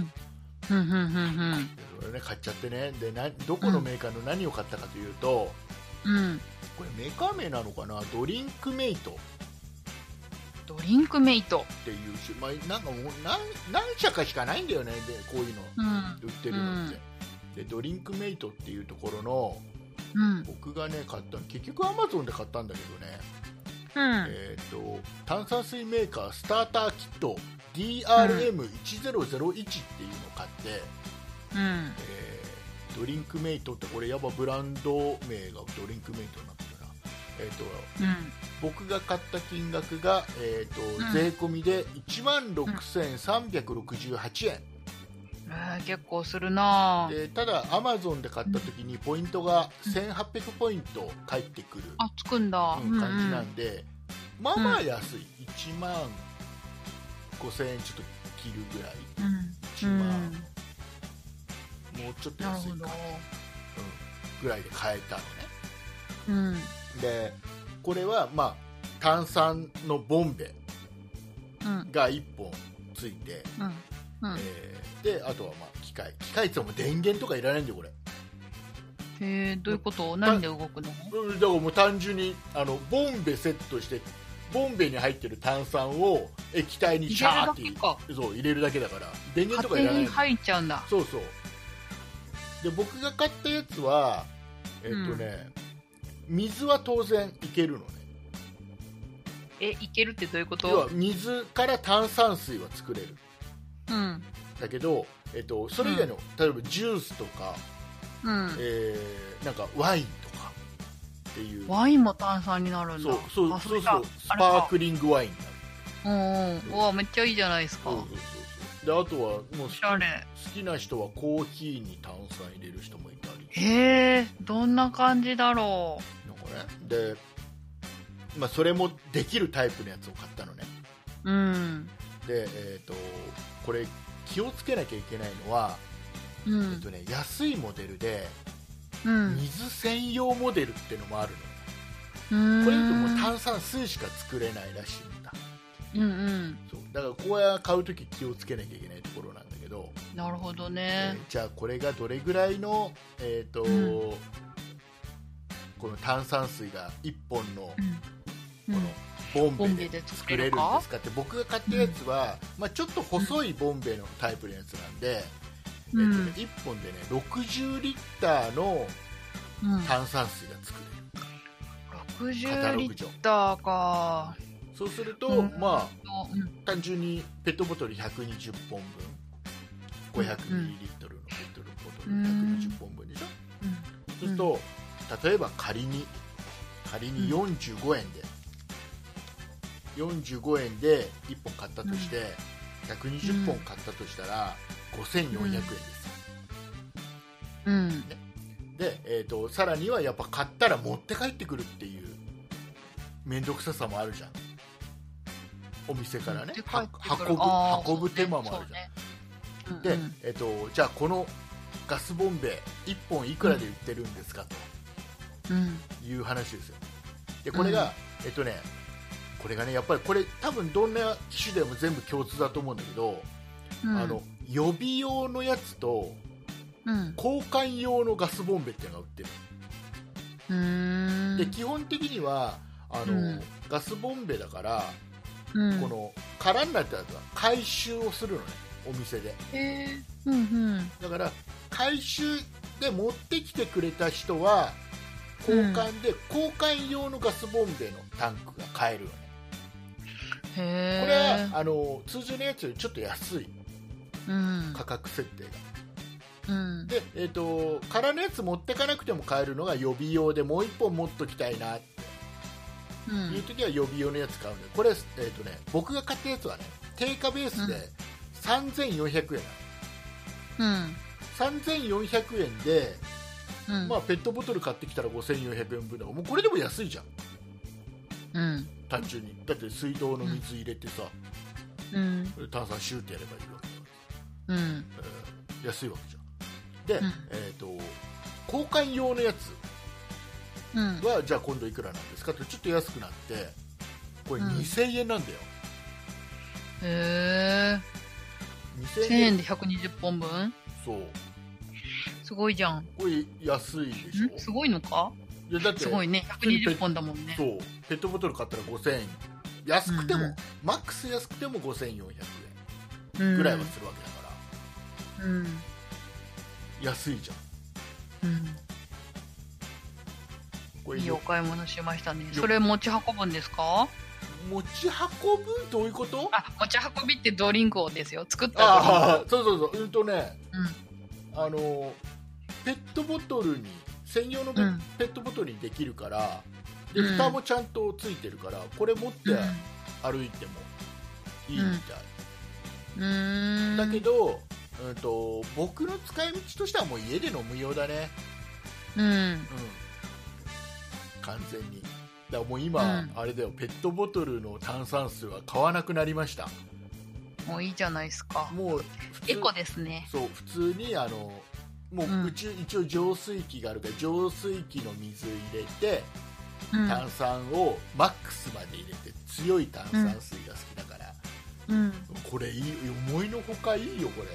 B: ら、
A: うん、うん、うん、
B: 俺ね買っちゃってねでなどこのメーカーの何を買ったかというと、
A: うん。うん。
B: これメーカー名なのかなドリンクメイト
A: ドリンクメイト。
B: っていうし、まあ、なんかもう何何社かしかないんだよねでこういうの
A: うん。
B: 売ってるのって、でドリンクメイトっていうところの
A: うん。
B: 僕がね買ったの結局アマゾンで買ったんだけどね、
A: うん。
B: えー、と炭酸水メーカースターターキット DRM1001 っていうのを買って、
A: うん。
B: えードリンクメイトってこれやっぱブランド名がドリンクメイトになってるな、えー、と
A: うん。
B: 僕が買った金額が、えーと
A: うん
B: 税込みで1万6368円、
A: えー、結構するなぁ
B: でただアマゾンで買った時にポイントが1800ポイント返ってくる、
A: あ、つくんだ。
B: うん感じなんで、まあまあ安い1万5000円ちょっと切るぐらい
A: うんうん。
B: 1万、もうちょっと
A: なる
B: 安い
A: ほ
B: か、うん
A: ど。
B: ぐらいで買えたの
A: うん。
B: ねでこれはまあ炭酸のボンベ
A: うん。
B: が1本ついて、
A: うん。うん。
B: えーであとはまあ機械機械って言っても電源とかいらないんだよこれ
A: へえ、どういうこと何で動くの
B: うんだからもう単純にあのボンベセットしてボンベに入ってる炭酸を液体にシャーって
A: 入れるだ
B: そう入れるだけだから電源とかい
A: 勝
B: ら
A: 手
B: ない
A: に入っちゃうんだ。
B: そうそうで僕が買ったやつはえっとね、水は当然いけるのね
A: え、いけるってどういうこ
B: 要は
A: と
B: 水から炭酸水は作れる
A: うん。
B: だけど、えっと、それ以外の、例えばジュースとか、
A: うん。
B: えーなんかワインとかっていう
A: ワインも炭酸になるんだ。
B: そうそう
A: あ
B: そう
A: れ
B: そ
A: か
B: うス
A: あれ
B: パー
A: か
B: クリングワインになる
A: うんうん。うわ、めっちゃいいじゃないですか。
B: そうそう
A: お
B: そうそうであとはもう好き
A: しゃれ。
B: 好きな人はコーヒーに炭酸入れる人もいたり
A: へえ、どんな感じだろ
B: なんかねで、まあ、それもできるタイプのやつを買ったのね
A: う。うん。
B: で、えー、とこれ気をつけなきゃいけないのは、
A: う
B: えっ
A: ん
B: と。ね、安いモデルで
A: うん。
B: 水専用モデルってのもあるの、これだともう炭酸水しか作れないらしいんだ
A: うんうん。
B: そうだからこれは買う時気をつけなきゃいけないところなんだけど、
A: なるほど
B: え
A: ね
B: ー。じゃあこれがどれぐらいの、えーと
A: う
B: この炭酸水が1本の
A: うん。うん
B: このボ
A: ボ
B: ン
A: ン
B: ベ
A: ベ
B: で
A: で
B: 作
A: 作
B: れ
A: れ
B: る
A: る
B: んで
A: か
B: すかって僕が買ったやつは、まあ、ちょっと細いボンベのタイプのやつなんで、
A: う
B: えっとね
A: ん。
B: 1本でね60リッターの
A: うん。
B: 炭酸水が作れるカタ
A: 60
B: ロ
A: リ
B: グ
A: ッ
B: 上
A: ターか。
B: そうすると、
A: うん
B: ま
A: うん
B: あ単純にペットボトル120本分500
A: うん
B: ミリリットルのペットボトル
A: うん
B: 120本分でしょ、そうすると、例えば仮に仮に45円で、45円で1本買ったとして、120本買ったとしたら5400円ですよ、
A: うん。うん。
B: で、えー、とさらにはやっぱ買ったら持って帰ってくるっていう面倒くささもあるじゃんお店から
A: 持
B: ね
A: って帰
B: は
A: ってくるあー
B: 運ぶ運ぶ手間もあるじ
A: そうね
B: ゃん、
A: そうね
B: で、えー、とじゃあこのガスボンベ1本いくらで売ってるんですか
A: うんうん
B: という話ですよでこれが、えっ、とねこれがねやっぱりこれ多分どんな機種でも全部共通だと思うんだけど、
A: うん
B: あの予備用のやつと
A: うん
B: 交換用のガスボンベっていうのが売ってる
A: うーん
B: で基本的にはあの、
A: うん
B: ガスボンベだから、
A: うん
B: この空になったやつは回収をするのねお店で
A: へえうんうん
B: だから回収で持ってきてくれた人は交換で、交換用のガスボンベのタンクが買えるよね
A: へ
B: こ
A: え
B: れはあの通常のやつよりちょっと安い
A: うん
B: 価格設定が
A: うん
B: で、えー、と空のやつ持ってかなくても買えるのが予備用でもう1本持っときたいなって
A: う
B: いうん時は予備用のやつ買うんでこれ、えーとね、僕が買ったやつはね定価ベースで
A: うん
B: 3400円なの、
A: うん
B: 3400円で
A: うん
B: まあ、ペットボトル買ってきたら5400円分だもうこれでも安いじゃん
A: うん
B: 単純にだって水道の水入れてさ
A: うん
B: 炭酸シューってやればいいわけだか
A: うん
B: ら、えー安いわけじゃんで、
A: うん
B: えっ、と交換用のやつ
A: うん
B: はじゃあ今度いくらなんですかってちょっと安くなってこれ
A: うん
B: 2000円なんだよ、
A: へえ
B: 2000
A: 1000
B: 円
A: 円で120本分
B: そう
A: すごいじゃんん
B: これ安いでしょ
A: すごいのか
B: いやだって
A: すごいね120本だもんね
B: そうペットボトル買ったら5000円安くても、
A: うんうん
B: マックス安くても5400円
A: ぐ
B: ぐらいはするわけだから、
A: うん
B: 安いじゃん
A: うん
B: これ
A: いいお買い物しましたね
B: よ
A: それ持ち運ぶんですか
B: 持ち運ぶどういうこと
A: あ持ち運びってドリンクをですよ作ったドリンク
B: ああそうそうそううんとねあのペットボトルに専用のペ,、
A: うん
B: ペットボトルにできるからで
A: うん
B: 蓋もちゃんとついてるからこれ持って
A: うん
B: 歩いてもいいみたい、
A: うんうーん
B: だけど、うん、と僕の使い道としてはもう家で飲む用だね
A: うん
B: うん完全にだからもう今、
A: うん
B: あれだよペットボトルの炭酸水は買わなくなりました
A: もういいじゃないですか
B: もう普通
A: エコですね
B: そう普通にあのも
A: うん
B: ううち、一応浄水器があるから浄水器の水入れて
A: うん
B: 炭酸をマックスまで入れて強い炭酸水が好きだか
A: う
B: ら、
A: ん
B: これいい思いのほかいいよこれ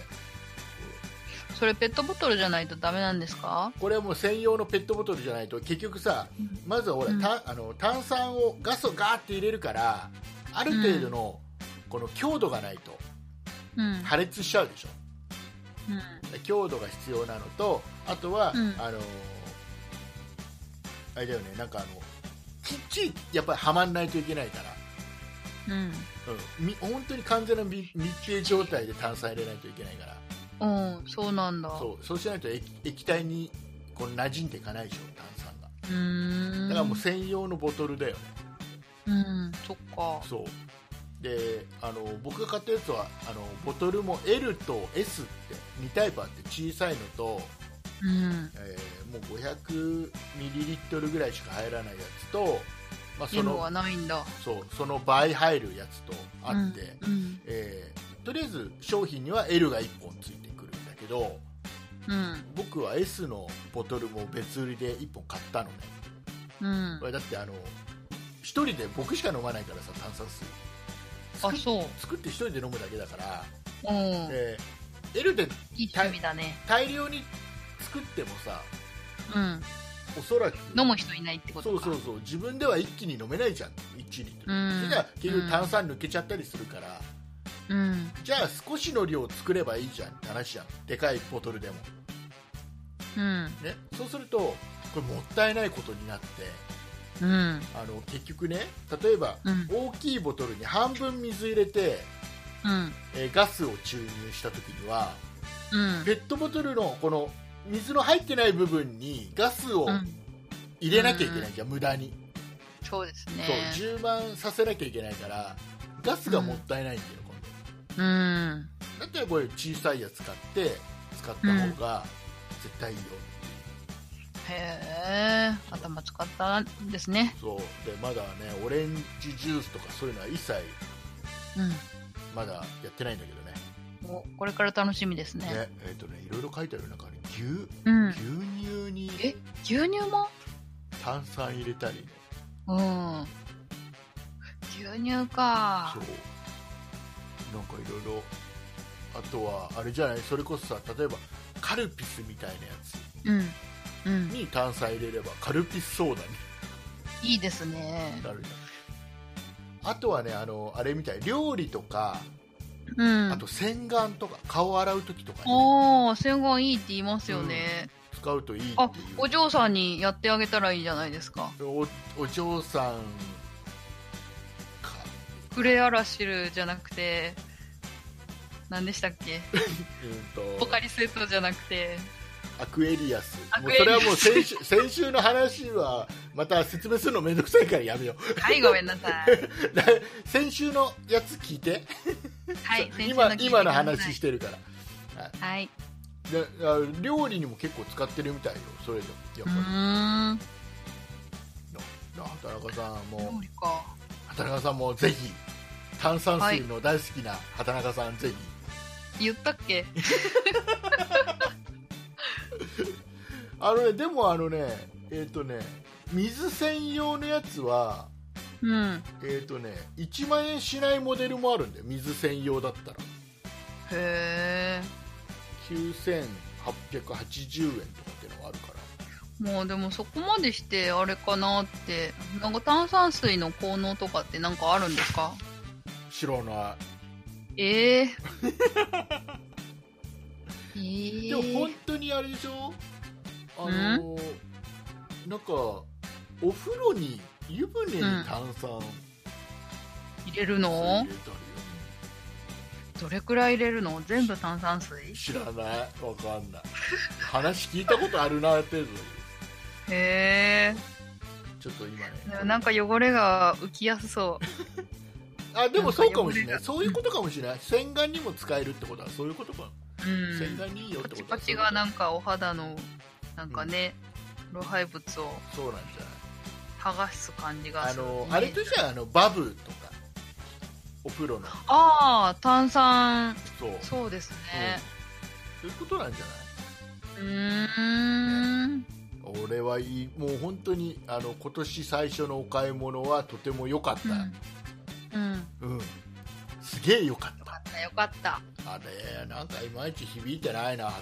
A: それペットボトルじゃないとダメなんですか
B: これはもう専用のペットボトルじゃないと結局さ
A: うん
B: まずはほら、
A: うん
B: たあの炭酸をガスをガーって入れるからある程度のこの強度がないと
A: うん
B: 破裂しちゃうでしょ
A: うん
B: 強度が必要なのとあとは、
A: うん
B: あのあれだよねなんかあのきっちりやっぱりはまんないといけないから、
A: うん
B: うん、み本当に完全な密密閉状態で炭酸入れないといけないから
A: うん、そうなんだ。
B: そうそうしないと液液体にこう馴染んでいかないでしょ炭酸が
A: うーん。
B: だからもう専用のボトルだよね
A: うん、そっか。
B: そうであの僕が買ったやつはあのボトルも L と S って2タイプあって小さいのと、
A: うん。
B: えーもう500ミリリットルぐらいしか入らないやつと、まあ、そ
A: M は
B: の
A: ないんだ。
B: そうその倍入るやつとあって、
A: うん。
B: えーとりあえず商品には L が1本ついてくるんだけど
A: うん。
B: 僕は S のボトルも別売りで1本買ったのね
A: うん
B: こ。れだってあの1人で僕しか飲まないからさ炭酸水
A: あ、
B: 作っ
A: そう。
B: 作って1人で飲むだけだか
A: う
B: ら
A: ん。
B: で L で
A: いい趣味だね。
B: 大量に作ってもさ
A: うん。
B: おそらく
A: 飲む人いないってこ
B: そ
A: と
B: う
A: か。
B: そうそう自分では一気に飲めないじゃん1リットル、
A: うん
B: じゃあ結局炭酸抜けちゃったりするから、
A: う。うん。
B: じゃあ少しの量作ればいいじゃんって話じゃんでかいボトルでも、
A: うん。
B: ね、そうするとこれもったいないことになって
A: うん。
B: あの結局ね例えば、
A: うん
B: 大きいボトルに半分水入れて、
A: うん。
B: えーガスを注入した時には
A: うん。
B: ペットボトルのこの水の入ってない部分にガス
A: う
B: を
A: ん。
B: 入れなきゃいけないじゃん、無駄に、
A: そうです
B: そう
A: ね。
B: 充満させなきゃいけないからガスがもったいないんだよ、
A: う
B: 今
A: ん。
B: 度だったらこれ小さいやつ買って使った方が絶対いいよ、
A: へえ。頭使ったんですね。
B: そうでまだねオレンジジュースとかそういうのは一切
A: う
B: まだやってないんだけどね
A: ん。おこれから楽しみですね。
B: ねえっ、とねいろいろ書いてある中に牛
A: うん。
B: 牛乳に
A: え、牛乳も
B: 炭酸入れたりね
A: うん。牛乳か
B: そう。なんかいろいろあとはあれじゃないそれこそさ例えばカルピスみたいなやつ
A: うん。うん。
B: に炭酸入れればカルピスソーダに
A: いいですね。
B: なるじゃんあとはねあのあれみたい料理とか、
A: うん。
B: あと洗顔とか顔洗う時とかに
A: おー、洗顔いいって言いますよね。
B: 使うといいっていう
A: あ、お嬢さんにやってあげたらいいじゃないですか。
B: おお嬢さんか
A: フレアラシルじゃなくて、何でしたっけ
B: うん
A: ポ
B: と
A: カリスエットじゃなくて、
B: アクエリアス
A: ア
B: もう
A: クエ
B: そ
A: リ
B: れ
A: ア
B: は
A: ス
B: もう先週先週の話はまた説明するのめんどくさいからやめよ
A: はい、ごめんなさい。
B: うだ先週のやつ聞いて
A: はい、先生
B: 今
A: 聞いて
B: 今
A: く
B: の
A: ださい
B: 話してるから
A: はい。
B: であ料理にも結構使ってるみたいよそれでもやっ
A: う
B: ぱ
A: ーん
B: り、あ畑中さんも
A: 料理か
B: 畑中さんもぜひ炭酸水の大好きな畑中さん、ぜひ
A: 言ったっ け
B: あのねでもあのねえっ、とね水専用のやつは
A: うん
B: えっ、とね1万円しないモデルもあるんだよ水専用だったら
A: へえ
B: 9880円とかっていうのがあるから
A: まあでもそこまでしてあれかなってなんか炭酸水の効能とかってなんかあるんですか
B: 知らな
A: えええー
B: いでも本当にあれでしょあのなんかお風呂に湯船に炭酸
A: 入れる
B: 水入
A: の
B: れたりよ
A: どれくらい入れるの全部炭酸水
B: 知らないわかんない話聞いたことあるな程度
A: へえ
B: ちょっと今ね
A: なんか汚れが浮きやすそ
B: あでもそうかもしれな
A: ないんか汚れが
B: そういうことかもしれない洗顔にも使えるってことはそういうことか、
A: ううん
B: 洗顔にいいよっ
A: パ
B: て
A: チ
B: こと
A: パ
B: は
A: チがなんんかお肌のなんかね、老廃物を
B: そうなんじゃない
A: 剥がす感じが
B: あ
A: する、ね
B: の、あれとしてはあのバブとかお風呂の
A: ああ炭酸
B: そうそう,、
A: そうですね
B: そういうことなんじゃ
A: うーん
B: ない俺はいいもう本当にあの今年最初のお買い物はとても良かっ
A: うん
B: た、
A: うん、
B: うんすげえ良かっ
A: よかったよかった
B: たあれなんかいまいち響いてない な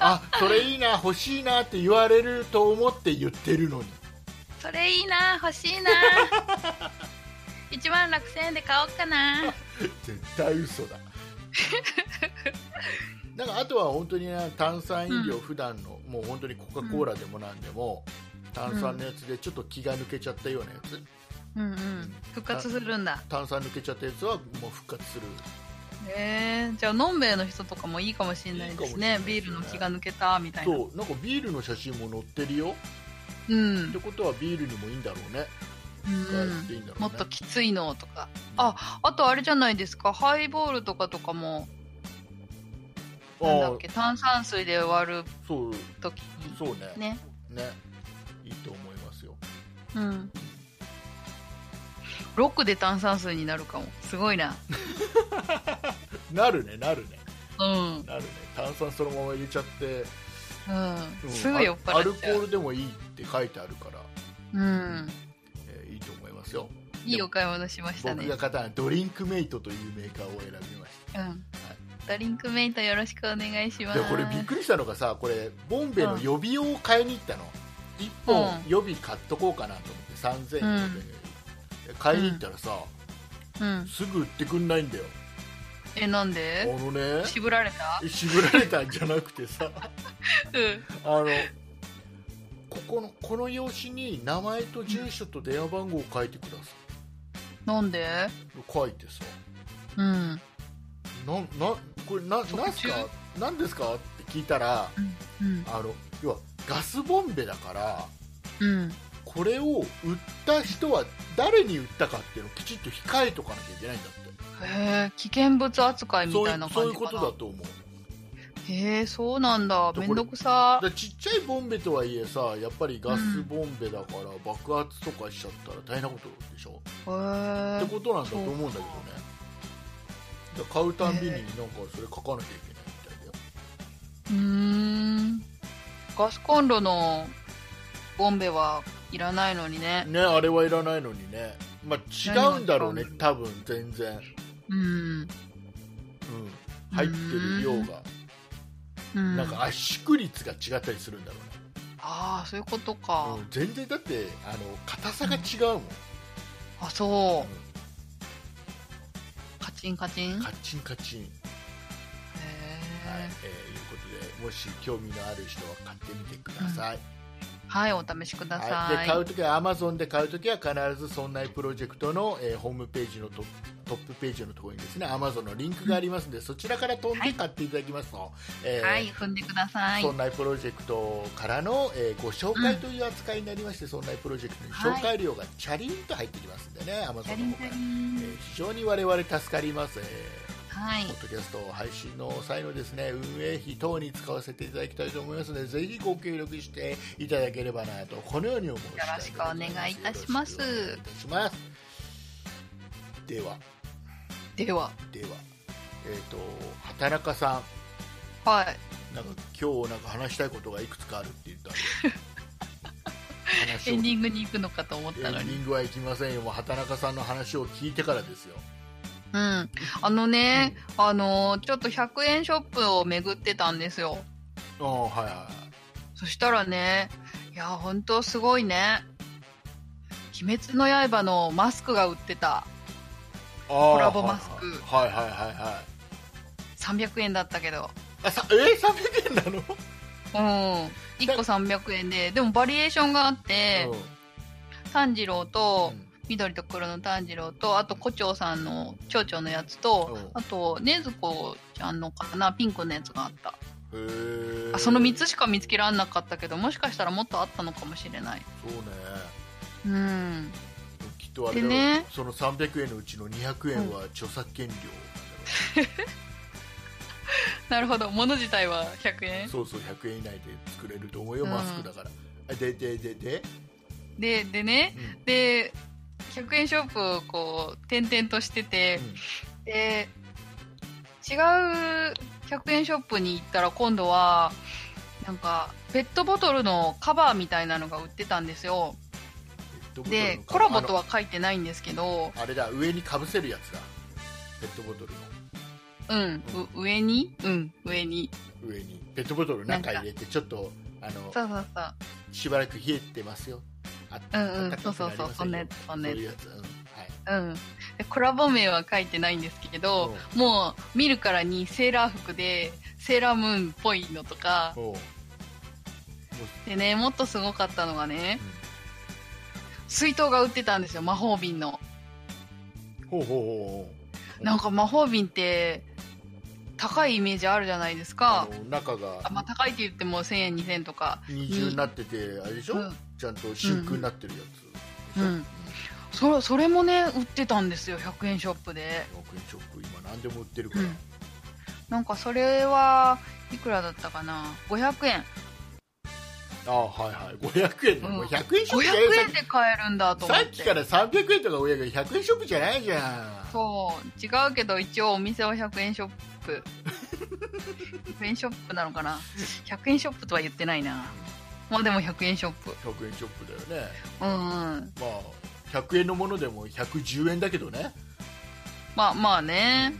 B: あそれいいな欲しいなって言われると思って言ってるのに
A: それいいな欲しい な一万楽千円で買おうかな
B: 絶対嘘だなんかあとは本当にね炭酸飲料
A: うん
B: 普段の、もう本当にコカ・コーラでもなんでも、炭酸のやつでちょっと気が抜けちゃったようなやつ、
A: うんうん復活するんだ
B: 炭酸抜けちゃったやつはもう復活する
A: へえじゃあのんべえの人とかもいいかもしれないですね
B: いいかもしれないですね
A: ビールの気が抜けたみたいな
B: そうなんかビールの写真も載ってるよ
A: うん、
B: ってことはビールにもいいんだろうね
A: うん
B: 使
A: う
B: っ
A: ん
B: ていいんだろうね
A: もっときついのとかああとあれじゃないですかハイボールとかとかもなんだっけ炭酸水で割る
B: あーそう
A: 時
B: そうね
A: にね
B: ねいいと思いますよ
A: うん6で炭酸水になるかもすごいな
B: なるねなるね
A: うん、うん
B: なるね炭酸そのまま入れちゃって、うん
A: すぐ酔っ
B: ア
A: 払
B: ル
A: っ
B: コ
A: ちゃ
B: ー
A: う
B: ルでもいいって書いてあるから
A: うん
B: えーいいと思いますよ
A: いいお買い物しましたね
B: 僕が買ったのはドリンクメイトというメーカーを選びまし
A: うんドリンクメイトよろしくお願いしたます
B: でこれびっくりしたのがさこれボンベの予備用を買いに行ったの、1本
A: う
B: 予備買っとこうかなと思って3000円で、買いに行ったらさ、
A: うん、
B: すぐ売ってくんないんだよ
A: えなん
B: あ
A: で
B: のね
A: 渋られた
B: 渋られたんじゃなくてさ
A: うん
B: あのここのこの用紙に名前と住所と電話番号を書いてくださ
A: なんで
B: い書いてさ
A: うん
B: ななこれな
A: 特注
B: なんすかなんですかって聞いたら
A: うん
B: あの要はガスボンベだから
A: うん
B: これを売った人は誰に売ったかっていうのをきちっと控えとかなきゃいけないんだって
A: へえ危険物扱いみ
B: そう
A: た
B: い
A: いな
B: うそうい
A: 感じ
B: うこ
A: か
B: と
A: な
B: だと思う
A: へえそうなんだ
B: これ
A: めんどくさ
B: だちっちゃいボンベとはいえさやっぱりガスボンベだから爆発とかしちゃったら大変なことでしょ、
A: へ
B: っ
A: え
B: てことなんだと思うんだけどねだから買うたんびになんかそれ書かなきゃいけないみたいだよ
A: うーんガスコンロのボンベはいらないのにね
B: ねあれはいらないのにねまあ違うんだろうね
A: 何
B: 多分全然、
A: うん
B: うん、入ってる量が
A: うん
B: なんか圧縮率が違ったりするんだろうね
A: ああそういうことか、
B: うん全然だってあの硬さが違うもん、
A: あそう、カチンカチンへ
B: カッチンカチン、はい
A: え
B: えーいうことでもし興味のある人は買ってみてくださ
A: は
B: い、
A: いお試しください、
B: はい、で買うときは Amazon で買うときは必ず「そんなプロジェクトの」えーホームページのトトップページのところにですね Amazon のリンクがありますので、そちらから飛ん
A: は
B: で
A: い
B: 買っていただきますと、えー
A: はい踏んでください
B: そんなプロジェクトからの、えーご紹介という扱いになりまして、そんなプロジェクトに紹介料がチャリンと入ってきますんでね、アマゾ
A: や
B: ン
A: り
B: の方
A: たい
B: から、えー非常に我々助かります、え
A: はい
B: ポッドキャスト配信の際のですね運営費等に使わせていただきたいと思いますのでぜひご協力していただければなとこのように思う次第でござ
A: よろしくお願いいたします
B: よろしくお願いいたしますでは
A: では
B: ではえっ、と畑中さん
A: はい
B: なんか今日なんか話したいことがいくつかあるって言ったんで話 を
A: エンディングに行くのかと思っ
B: エ
A: た
B: ンデ
A: のに
B: ィングはいきませんよもう畑中さんの話を聞いてからですよ
A: うんあのね、あのちょっと100円ショップを巡ってたんですよ
B: ああはいは
A: そしたらねいや本当すごいね「鬼滅の刃」のマスクが売ってた
B: いコ
A: ラボマスク
B: はいはいはいはい
A: 300円だったけど
B: あさえ三300円なの、
A: うん1個300円ででもバリエーションがあって、炭治郎と、
B: うん
A: 緑と黒の炭治郎とあと胡蝶さんの蝶々のやつと
B: うん
A: あと禰豆子ちゃんのかなピンクのやつがあった
B: へえ
A: あその3つしか見つけられなかったけどもしかしたらもっとあったのかもしれない
B: そうね
A: うん
B: きっとあれ
A: で
B: だ
A: ね
B: その300円のうちの200円は著作権料、
A: なるほど物自体は100円
B: そうそう100円以内で作れると思うよ、
A: うん
B: マスクだからあでででで、
A: ででね
B: うん
A: で100円ショップをこう転々としてて
B: うん
A: で違う100円ショップに行ったら今度はなんかペットボトルのカバーみたいなのが売ってたんですよ
B: ペットボトルの
A: で
B: カ
A: コ
B: バ
A: ラ
B: ー
A: ボとは書いてないんですけど
B: あ、のあれだ上にかぶせるやつだペットボトルの
A: うん、う上に、うん、上に。
B: 上にペットボトルの中入れてちょっとあの
A: そうそうそう。
B: しばらく冷えてますよあ
A: うんうん、そ
B: 暖か
A: うそ
B: くな
A: う
B: り
A: そ
B: ま
A: う、
B: せ
A: そんな
B: よ
A: やつ、そんなや
B: そういう
A: つ。
B: やつ、うんはい
A: うん。でコラボ名は書いてないんですけど、もう見るからにセーラー服で、セーラームーンっぽいのとか
B: う、んおう
A: でね、もっとすごかったのがね、水筒が売ってたんですよ、魔法瓶の。
B: ほうほうほうほう
A: なんか魔法瓶って、高いイメージあるじゃないですか。
B: あの中
A: あまあ、
B: が
A: 高いって言っても1000円、2000円とか。
B: 二重になっててあれでしょ、
A: うん
B: ちゃんと真空になってるやつでし
A: う
B: ょ、
A: んそそれもね、売ってたんですよ、100円ショップで。
B: 100円ショップ今何でも売ってるか
A: う
B: ら、
A: ん、なんかそれはいくらだったかな500円
B: ああはいはい500円の、
A: うん
B: もう100円ショップ
A: 500
B: じゃ
A: 円で買えるんだと思っ
B: さ
A: て
B: っきから300円とか上が100円ショップじゃないじゃん
A: そう違うけど一応お店は100円ショップ100円ショップなのかな100円ショップとは言ってないなまあでも100円ショップ
B: 100円ショップだよね
A: うんうん
B: まあ100円のものでも110円だけどね
A: まあまあね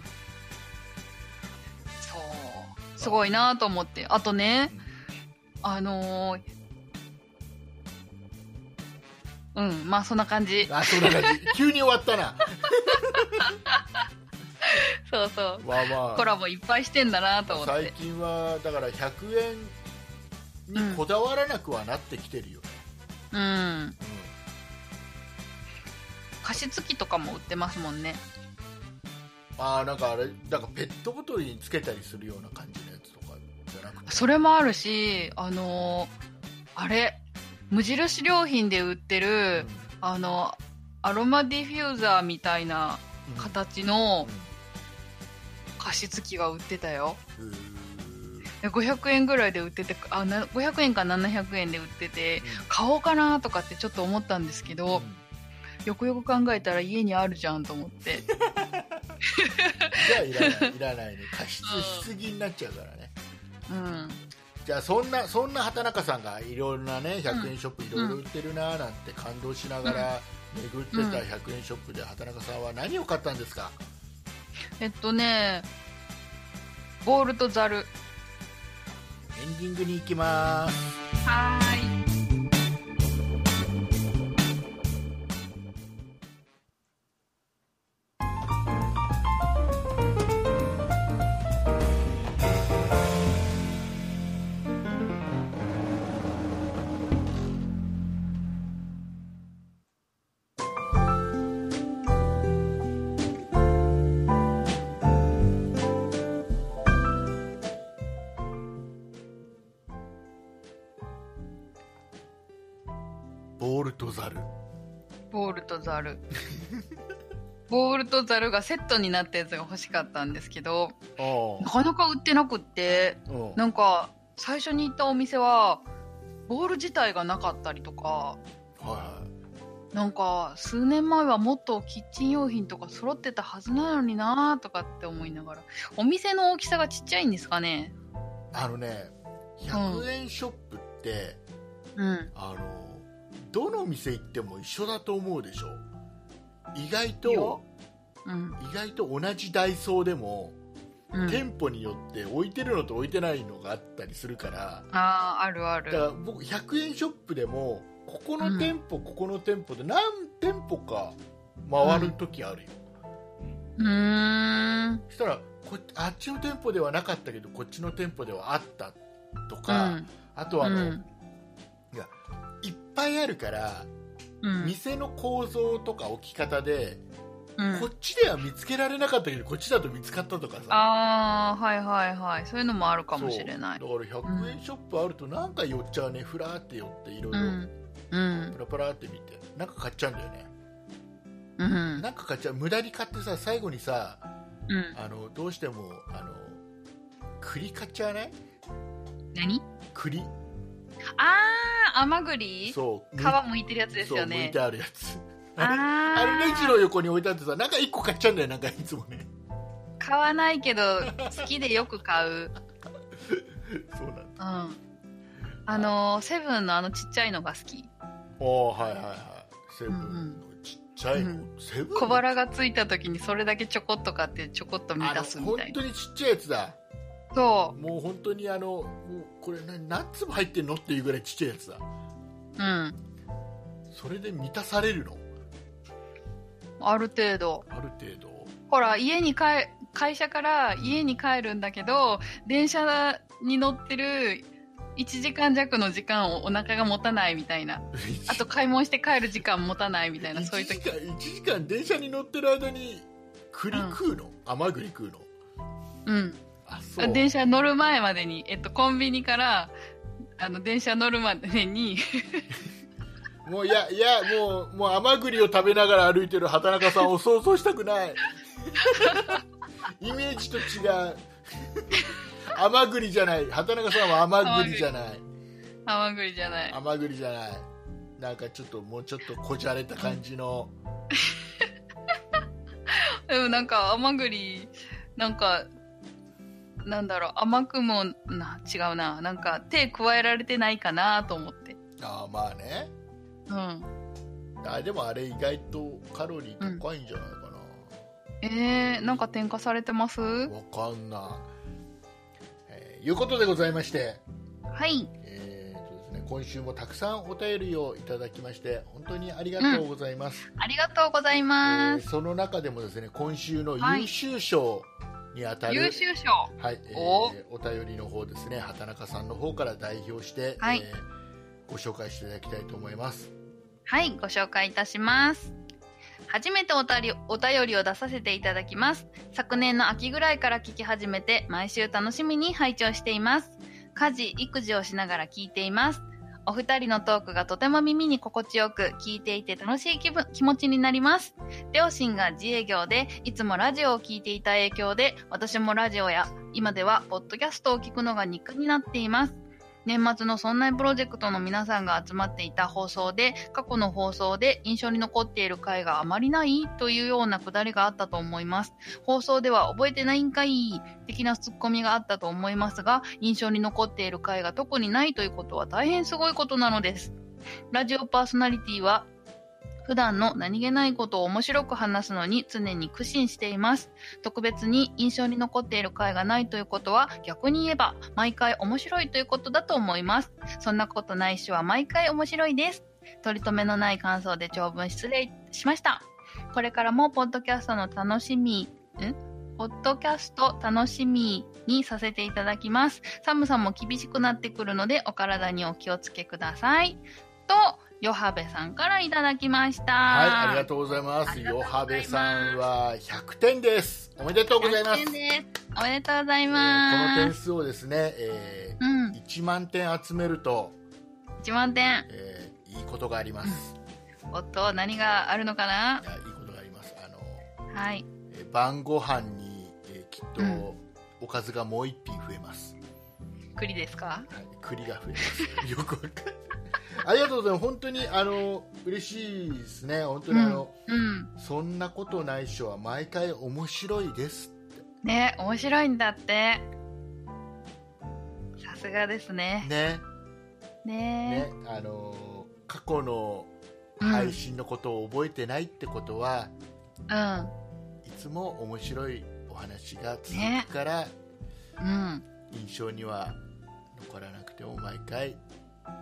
A: そうすごいなと思ってあとねあのーうんまあそんな感じ
B: あそんな感 じ急に終わったな
A: そうそう
B: まあまあ
A: コラボいっぱいしてんだなと思って
B: 最近はだから100円にこだわらなくはなってきてるよね、
A: うん
B: うん
A: 加湿器とかも売ってますもんね
B: ああなんかあれなんかペットボトルにつけたりするような感じのやつとかじゃなくて
A: それもあるしあのーあれ無印良品で売って
B: う
A: る
B: ん、
A: あのアロマディフューザーみたいな
B: うん
A: 形
B: う
A: の
B: ん
A: 加湿器が売ってたよ
B: うー
A: で500円ぐらいで売っててあな500円か700円で売ってて
B: ん
A: 買おうかなとかってちょっと思ったんですけど、
B: うん
A: よくよく考えたら家にあるじゃんと思って
B: じゃあいらないいらないね加湿しすぎになっちゃうからね
A: うん
B: じゃあそんなそんな畑中さんがいろんなね100円ショップいろいろ売ってるなーなんて感動しながら巡ってた100円ショップで畑中さんは何を買ったんですか
A: えっとねボールとザル
B: エンディングに行きます
A: はーい
B: ボールとザル
A: ボールとザル ボールとザルがセットになったやつが欲しかったんですけどな
B: あ
A: かなか売ってなくって
B: あうん
A: なんか最初に行ったお店はボール自体がなかったりとか
B: は
A: なんか数年前はもっとキッチン用品とか揃ってたはずなのになーとかって思いながらお店の大きさがちっちゃいんですかね
B: いあのね100円ショップって、
A: うん
B: あのどの店行っても一緒だと思うでしょ意外
A: いい
B: と
A: ようん
B: 意外と同じダイソーでも、
A: うん
B: 店舗によって置いてるのと置いてないのがあったりするから
A: あーあるあ
B: だから
A: る
B: 僕100円ショップでもここ
A: う
B: の
A: ん
B: 店舗、ここの店舗で何店舗か回る時あるよ、
A: うーん
B: そしたらこあっちの店舗ではなかったけどこっちの店舗ではあったと
A: う
B: か、
A: ん
B: あと
A: う
B: はあの、
A: ん
B: いっぱいあるから、
A: うん
B: 店の構造とか置き方で、
A: うん
B: こっちでは見つけられなかったけどこっちだと見つかったとかさ
A: ああはいはいはいそういうのもあるかもしれない
B: そうだから100円ショップあるとなんか寄っちゃうねふらーって寄っていろいうろ
A: んうん
B: プラプラって見てなんか買っちゃうんだよね
A: うん
B: なんか買っちゃう無駄に買ってさ最後にさ
A: うん
B: あのどうしてもあの栗買っちゃわない
A: 何
B: 栗
A: ああ甘栗皮
B: そう
A: 剥いてるやつです
B: そう
A: よ
B: 剥い
A: ね
B: てあるやつ
A: ああ
B: あれレジの横に置いてあってさなんか1個買っちゃうんだよなんかいつもね
A: 買わないけど好きでよく買う
B: そうなんだ
A: うんあのセブンのあのちっちゃいのが好き
B: ああはいはいはいセブンのちっちゃいの、
A: うん
B: セブン
A: 小腹がついた時にそれだけちょこっと買ってちょこっと満
B: あの
A: たすみ
B: 本
A: たいな
B: 当にちっちゃいやつだ
A: そ
B: もう本当にあのもうこれ何何粒入ってんのっていうぐらいちっちゃいやつだ
A: ううん
B: それで満たされるの
A: ある程度
B: ある程度
A: ほら家に帰会社から家に帰るんだけど電車に乗ってる1時間弱の時間をお腹が持たないみたいなあと買い物して帰る時間持たないみたいなそういう時
B: 1時間1時間電車に乗ってる間に栗食うの、甘栗食うの
A: うん
B: あそう
A: 電車乗る前までに、えっと、コンビニからあの電車乗るまでに
B: もういやいやもうもう甘栗を食べながら歩いてる畑中さんを想像した くないイメージと違う甘栗じゃない畑中さんは甘栗じゃない
A: 甘栗じゃない
B: 甘栗じゃないなんかちょっともうちょっとこじゃれた感じの
A: でもなんか甘栗なんかなんだろう甘くもな違うななんか手加えられてないかなと思って
B: ああまあね
A: うん
B: あでもあれ意外とカロリー高いんじゃないか
A: えー、なんか添加されてます
B: な、わかんない、えーいうことでございまして,、
A: はい
B: えーとですね、今週もたくさんお便りをいただきまして本当にありがとうございます、
A: ありがとうござい
B: え
A: ま
B: ー
A: す、
B: その中でもですね今週の
A: はい
B: 優秀賞にあたる、
A: 優秀賞
B: はいえー
A: お
B: お便りの方ですね畑中さんの方から代表して、
A: はい
B: えーご紹介していただきたいと思います
A: はいご紹介いたします初めておたりお便りを出させていただきます昨年の秋ぐらいから聞き始めて毎週楽しみに拝聴しています家事育児をしながら聞いていますお二人のトークがとても耳に心地よく聞いていて楽しい気分気持ちになります両親が自営業でいつもラジオを聞いていた影響で私もラジオや今ではポッドキャストを聞くのが日課になっています年末の「そんなプロジェクト」の皆さんが集まっていた放送で過去の放送で印象に残っている回があまりないというようなくだりがあったと思います放送では覚えてないんかい的なツッコミがあったと思いますが印象に残っている回が特にないということは大変すごいことなのですラジオパーソナリティは普段の何気ないことを面白く話すのに常に苦心しています特別に印象に残っている回がないということは逆に言えば毎回面白いということだと思いますそんなことないしは毎回面白いです取り留めのない感想で長文失礼しましたこれからもポッドキャストの楽しみんポッドキャスト楽しみにさせていただきます寒さも厳しくなってくるのでお体にお気をつけくださいとヨハベさんからいただきました
B: はい、ありがとうございます。
A: ありがとう
B: ヨ
A: ございます
B: ハベさんは100点です。おめでとうございます。
A: 100点ですおめでとうござい
B: えーこの
A: ま
B: 点
A: す。
B: 数をですね、え
A: うん
B: ー、1万点集めると、
A: 1万点。
B: えーいいことがあります。
A: おっと、何があるのかない
B: やいいことがあります。あの、
A: はい。
B: えー晩ご飯に、えーきっ
A: う
B: とおかずがもう一品増えます、
A: 栗ですか
B: はい、栗が増えますよくわかんないありがとうございます本当にあの嬉しいですね本当にあの、
A: うん。
B: そんなことないっしょは毎回面白いです
A: ね、面白いんだって。さすがですね。
B: ね
A: ね
B: ねあの過去の
A: うん
B: 配信のことを覚えてないってことは、
A: うん。
B: いつも面白いお話が続
A: ね
B: くから、
A: うん。
B: 印象には残らなくても毎回
A: う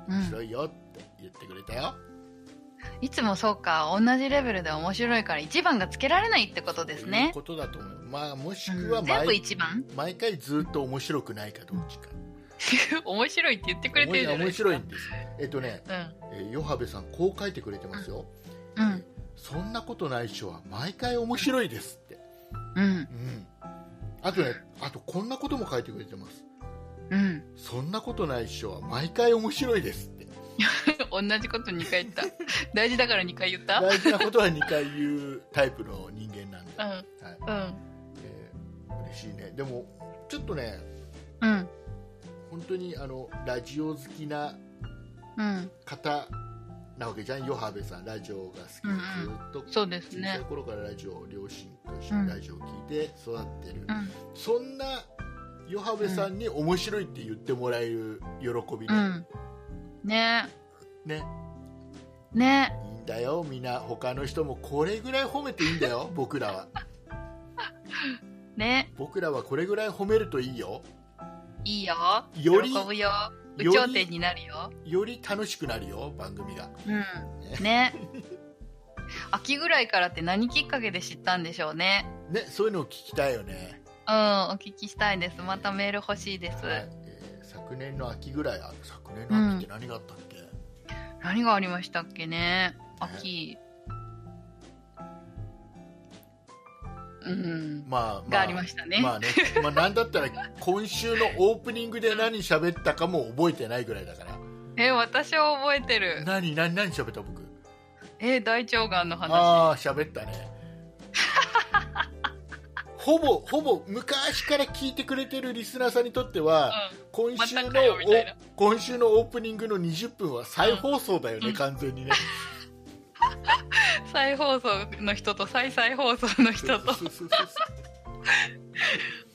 B: 面
A: ん。
B: 白いよって言ってくれたよ、
A: いつもそうか、同じレベルで面白いから一番がつけられないってことです
B: そういう
A: ね。
B: ことだと思う、まあ、もしく
A: う
B: は
A: ん全
B: 毎,、
A: 部一番
B: 毎回ずっと面白くないかどっちか
A: 面白いって言ってくれてるじゃない
B: 面
A: ですか。
B: 白いんですえっとね、えー、ヨハベさんこう書いてくれてますよ、
A: うん。うん。
B: そんなことないっしょは毎回面白いですって
A: うん。
B: うんあとねあとこんなことも書いてくれてます
A: うん。
B: そんなことないっしょは毎回面白いですって
A: 同じこと2回言 った。大事だから2回言った
B: 大事なことは2回言うタイプの人間 なんで、
A: う
B: はい
A: ん。うん。
B: えー嬉しいねでもちょっとね
A: うん。
B: 本当にあのラジオ好きな
A: うん。
B: 方なわけじゃんヨハベさんラジオが好きで
A: う
B: ず
A: んうん
B: っと
A: そうです
B: 小さい
A: ね。
B: 頃からラジオ両親と一緒
A: うん
B: にラジオを聞いて育ってる、
A: うん。
B: そんなヨハベさんに面白いって言ってもらえる喜び
A: う
B: ね,、
A: ん。ね
B: ね
A: ね
B: いいんだよみんな他の人もこれぐらい褒めていいん だよ僕らは
A: ね
B: 僕らはこれぐらい褒めるといいよ
A: いいよ。
B: より
A: 喜ぶよ。有
B: より
A: 頂天になるよ。
B: より楽しくなるよ番組が
A: うん。 ね秋ぐらいからって何きっかけで知ったんでしょうね。
B: ねそういうのを聞きたいよね、
A: うん、お聞きしたいです。またメール欲しいです。
B: はいえー昨年の秋ぐらいあ昨年の秋って何があったっけ、
A: 何がありましたっけね秋。うん。
B: まあ、まあ、
A: がありましたね。
B: まあね、まあ、なんだったら今週のオープニングで何喋ったかも覚えてないぐらいだから
A: え、私は覚えてる。
B: 何何何喋った僕
A: え、大腸がんの話。
B: ああ喋ったね ほぼほぼ昔から聞いてくれてるリスナーさんにとっては、今週の
A: またかよみたいな
B: お今週のオープニングの20分は再放送だよね、
A: うん
B: 完全にね
A: うん。再放送の人と再再放送の 人と。
B: そうそうそうそう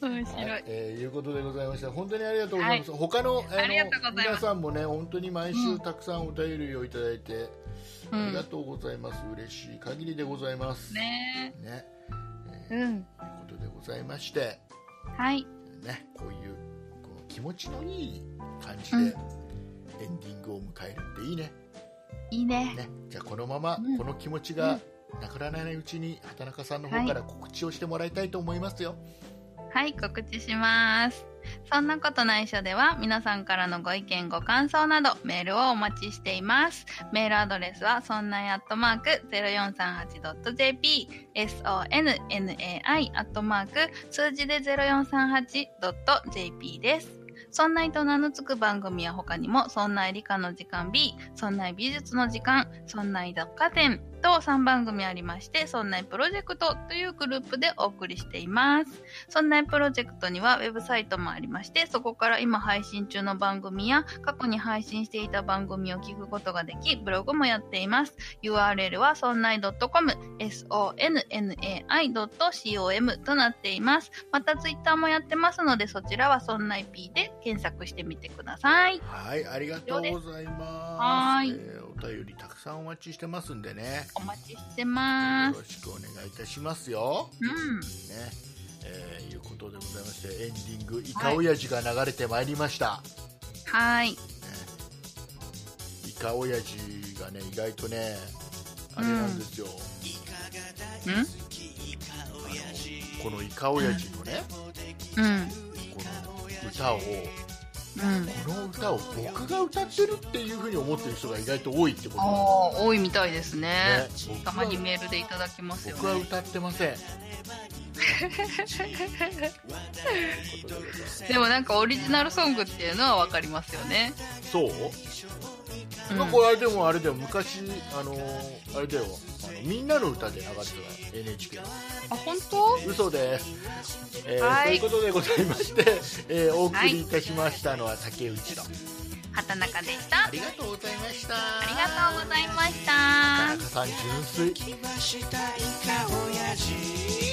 A: 面
B: は
A: 白
B: い
A: い。、
B: えーいうことでございました。本当にありがとうございます。他のあの
A: ありがとうございます
B: 皆さんもね、本当に毎
A: う
B: 週
A: ん
B: たくさんお便りをいただいて、
A: う
B: ありが
A: ん。
B: とうございます。嬉しい限りでございます。
A: ね
B: ねえー
A: うん。
B: ということでございまして、
A: はい。
B: ね、こういうこう気持ちのいい感じで、
A: うん
B: エンディングを迎えるっていいね。
A: いいね。
B: ね、じゃあこのまま、
A: うん
B: この気持ちがなくならないうちに、畑中さんの方から告知をしてもらいたいと思いますよ。
A: はい、告知します。そんなことないしょでは、皆さんからのご意見、ご感想など、メールをお待ちしています。メールアドレスは、そんないアットマーク 0438.jp、sonnai アットマーク数字で 0438.jp です。そんないと名の付く番組は他にも、そんない理科の時間 B、そんない美術の時間、そんない雑貨店と3番組ありまして、そんないプロジェクトというグループでお送りしています。そんなプロジェクトにはウェブサイトもありまして、そこから今配信中の番組や過去に配信していた番組を聞くことができ、ブログもやっています。URL はそんない .com、sonnai.com となっています。またツイッターもやってますので、そちらはそんない P で検索してみてください。
B: はい、ありがとうございます。
A: はーい
B: えーお便りたくさんお待ちしてますんでね。
A: お待ちして
B: よ
A: ま
B: ろ
A: す。
B: しくお願いいたしますよ。
A: うん。
B: ね、えーいうことでございまして、エンディングイカオヤジが流れてまいりました。
A: はい。
B: イカオヤジがね、意外とね、あれなんですよ。
A: うん
B: あのこのイカオヤジのね、
A: うん。
B: この歌を、
A: うん。
B: この歌を僕が歌ってるっていうふうに思ってる人が意外と多いってこと
A: あ
B: な
A: あ、多いみたいですね。
B: んですね。
A: た
B: 僕
A: ま
B: は
A: にメールでいただきますよ
B: 僕は
A: ね。
B: 歌ってません。
A: でもなんかオリジナルソングっていうのはわかりますよね。
B: そう
A: うん
B: まあ、これあれでもあれだよ昔あのーあれだよあのみんなの歌で流れてた NHK の
A: あ本当
B: 嘘です、えー
A: はい
B: ということでございまして、えーお送りいたしましたのは竹内と、
A: 畑中でしたあ
B: ありがとうございました
A: りがとうございまし
B: 田
A: た
B: 中さん純粋
C: きましたイカオヤジ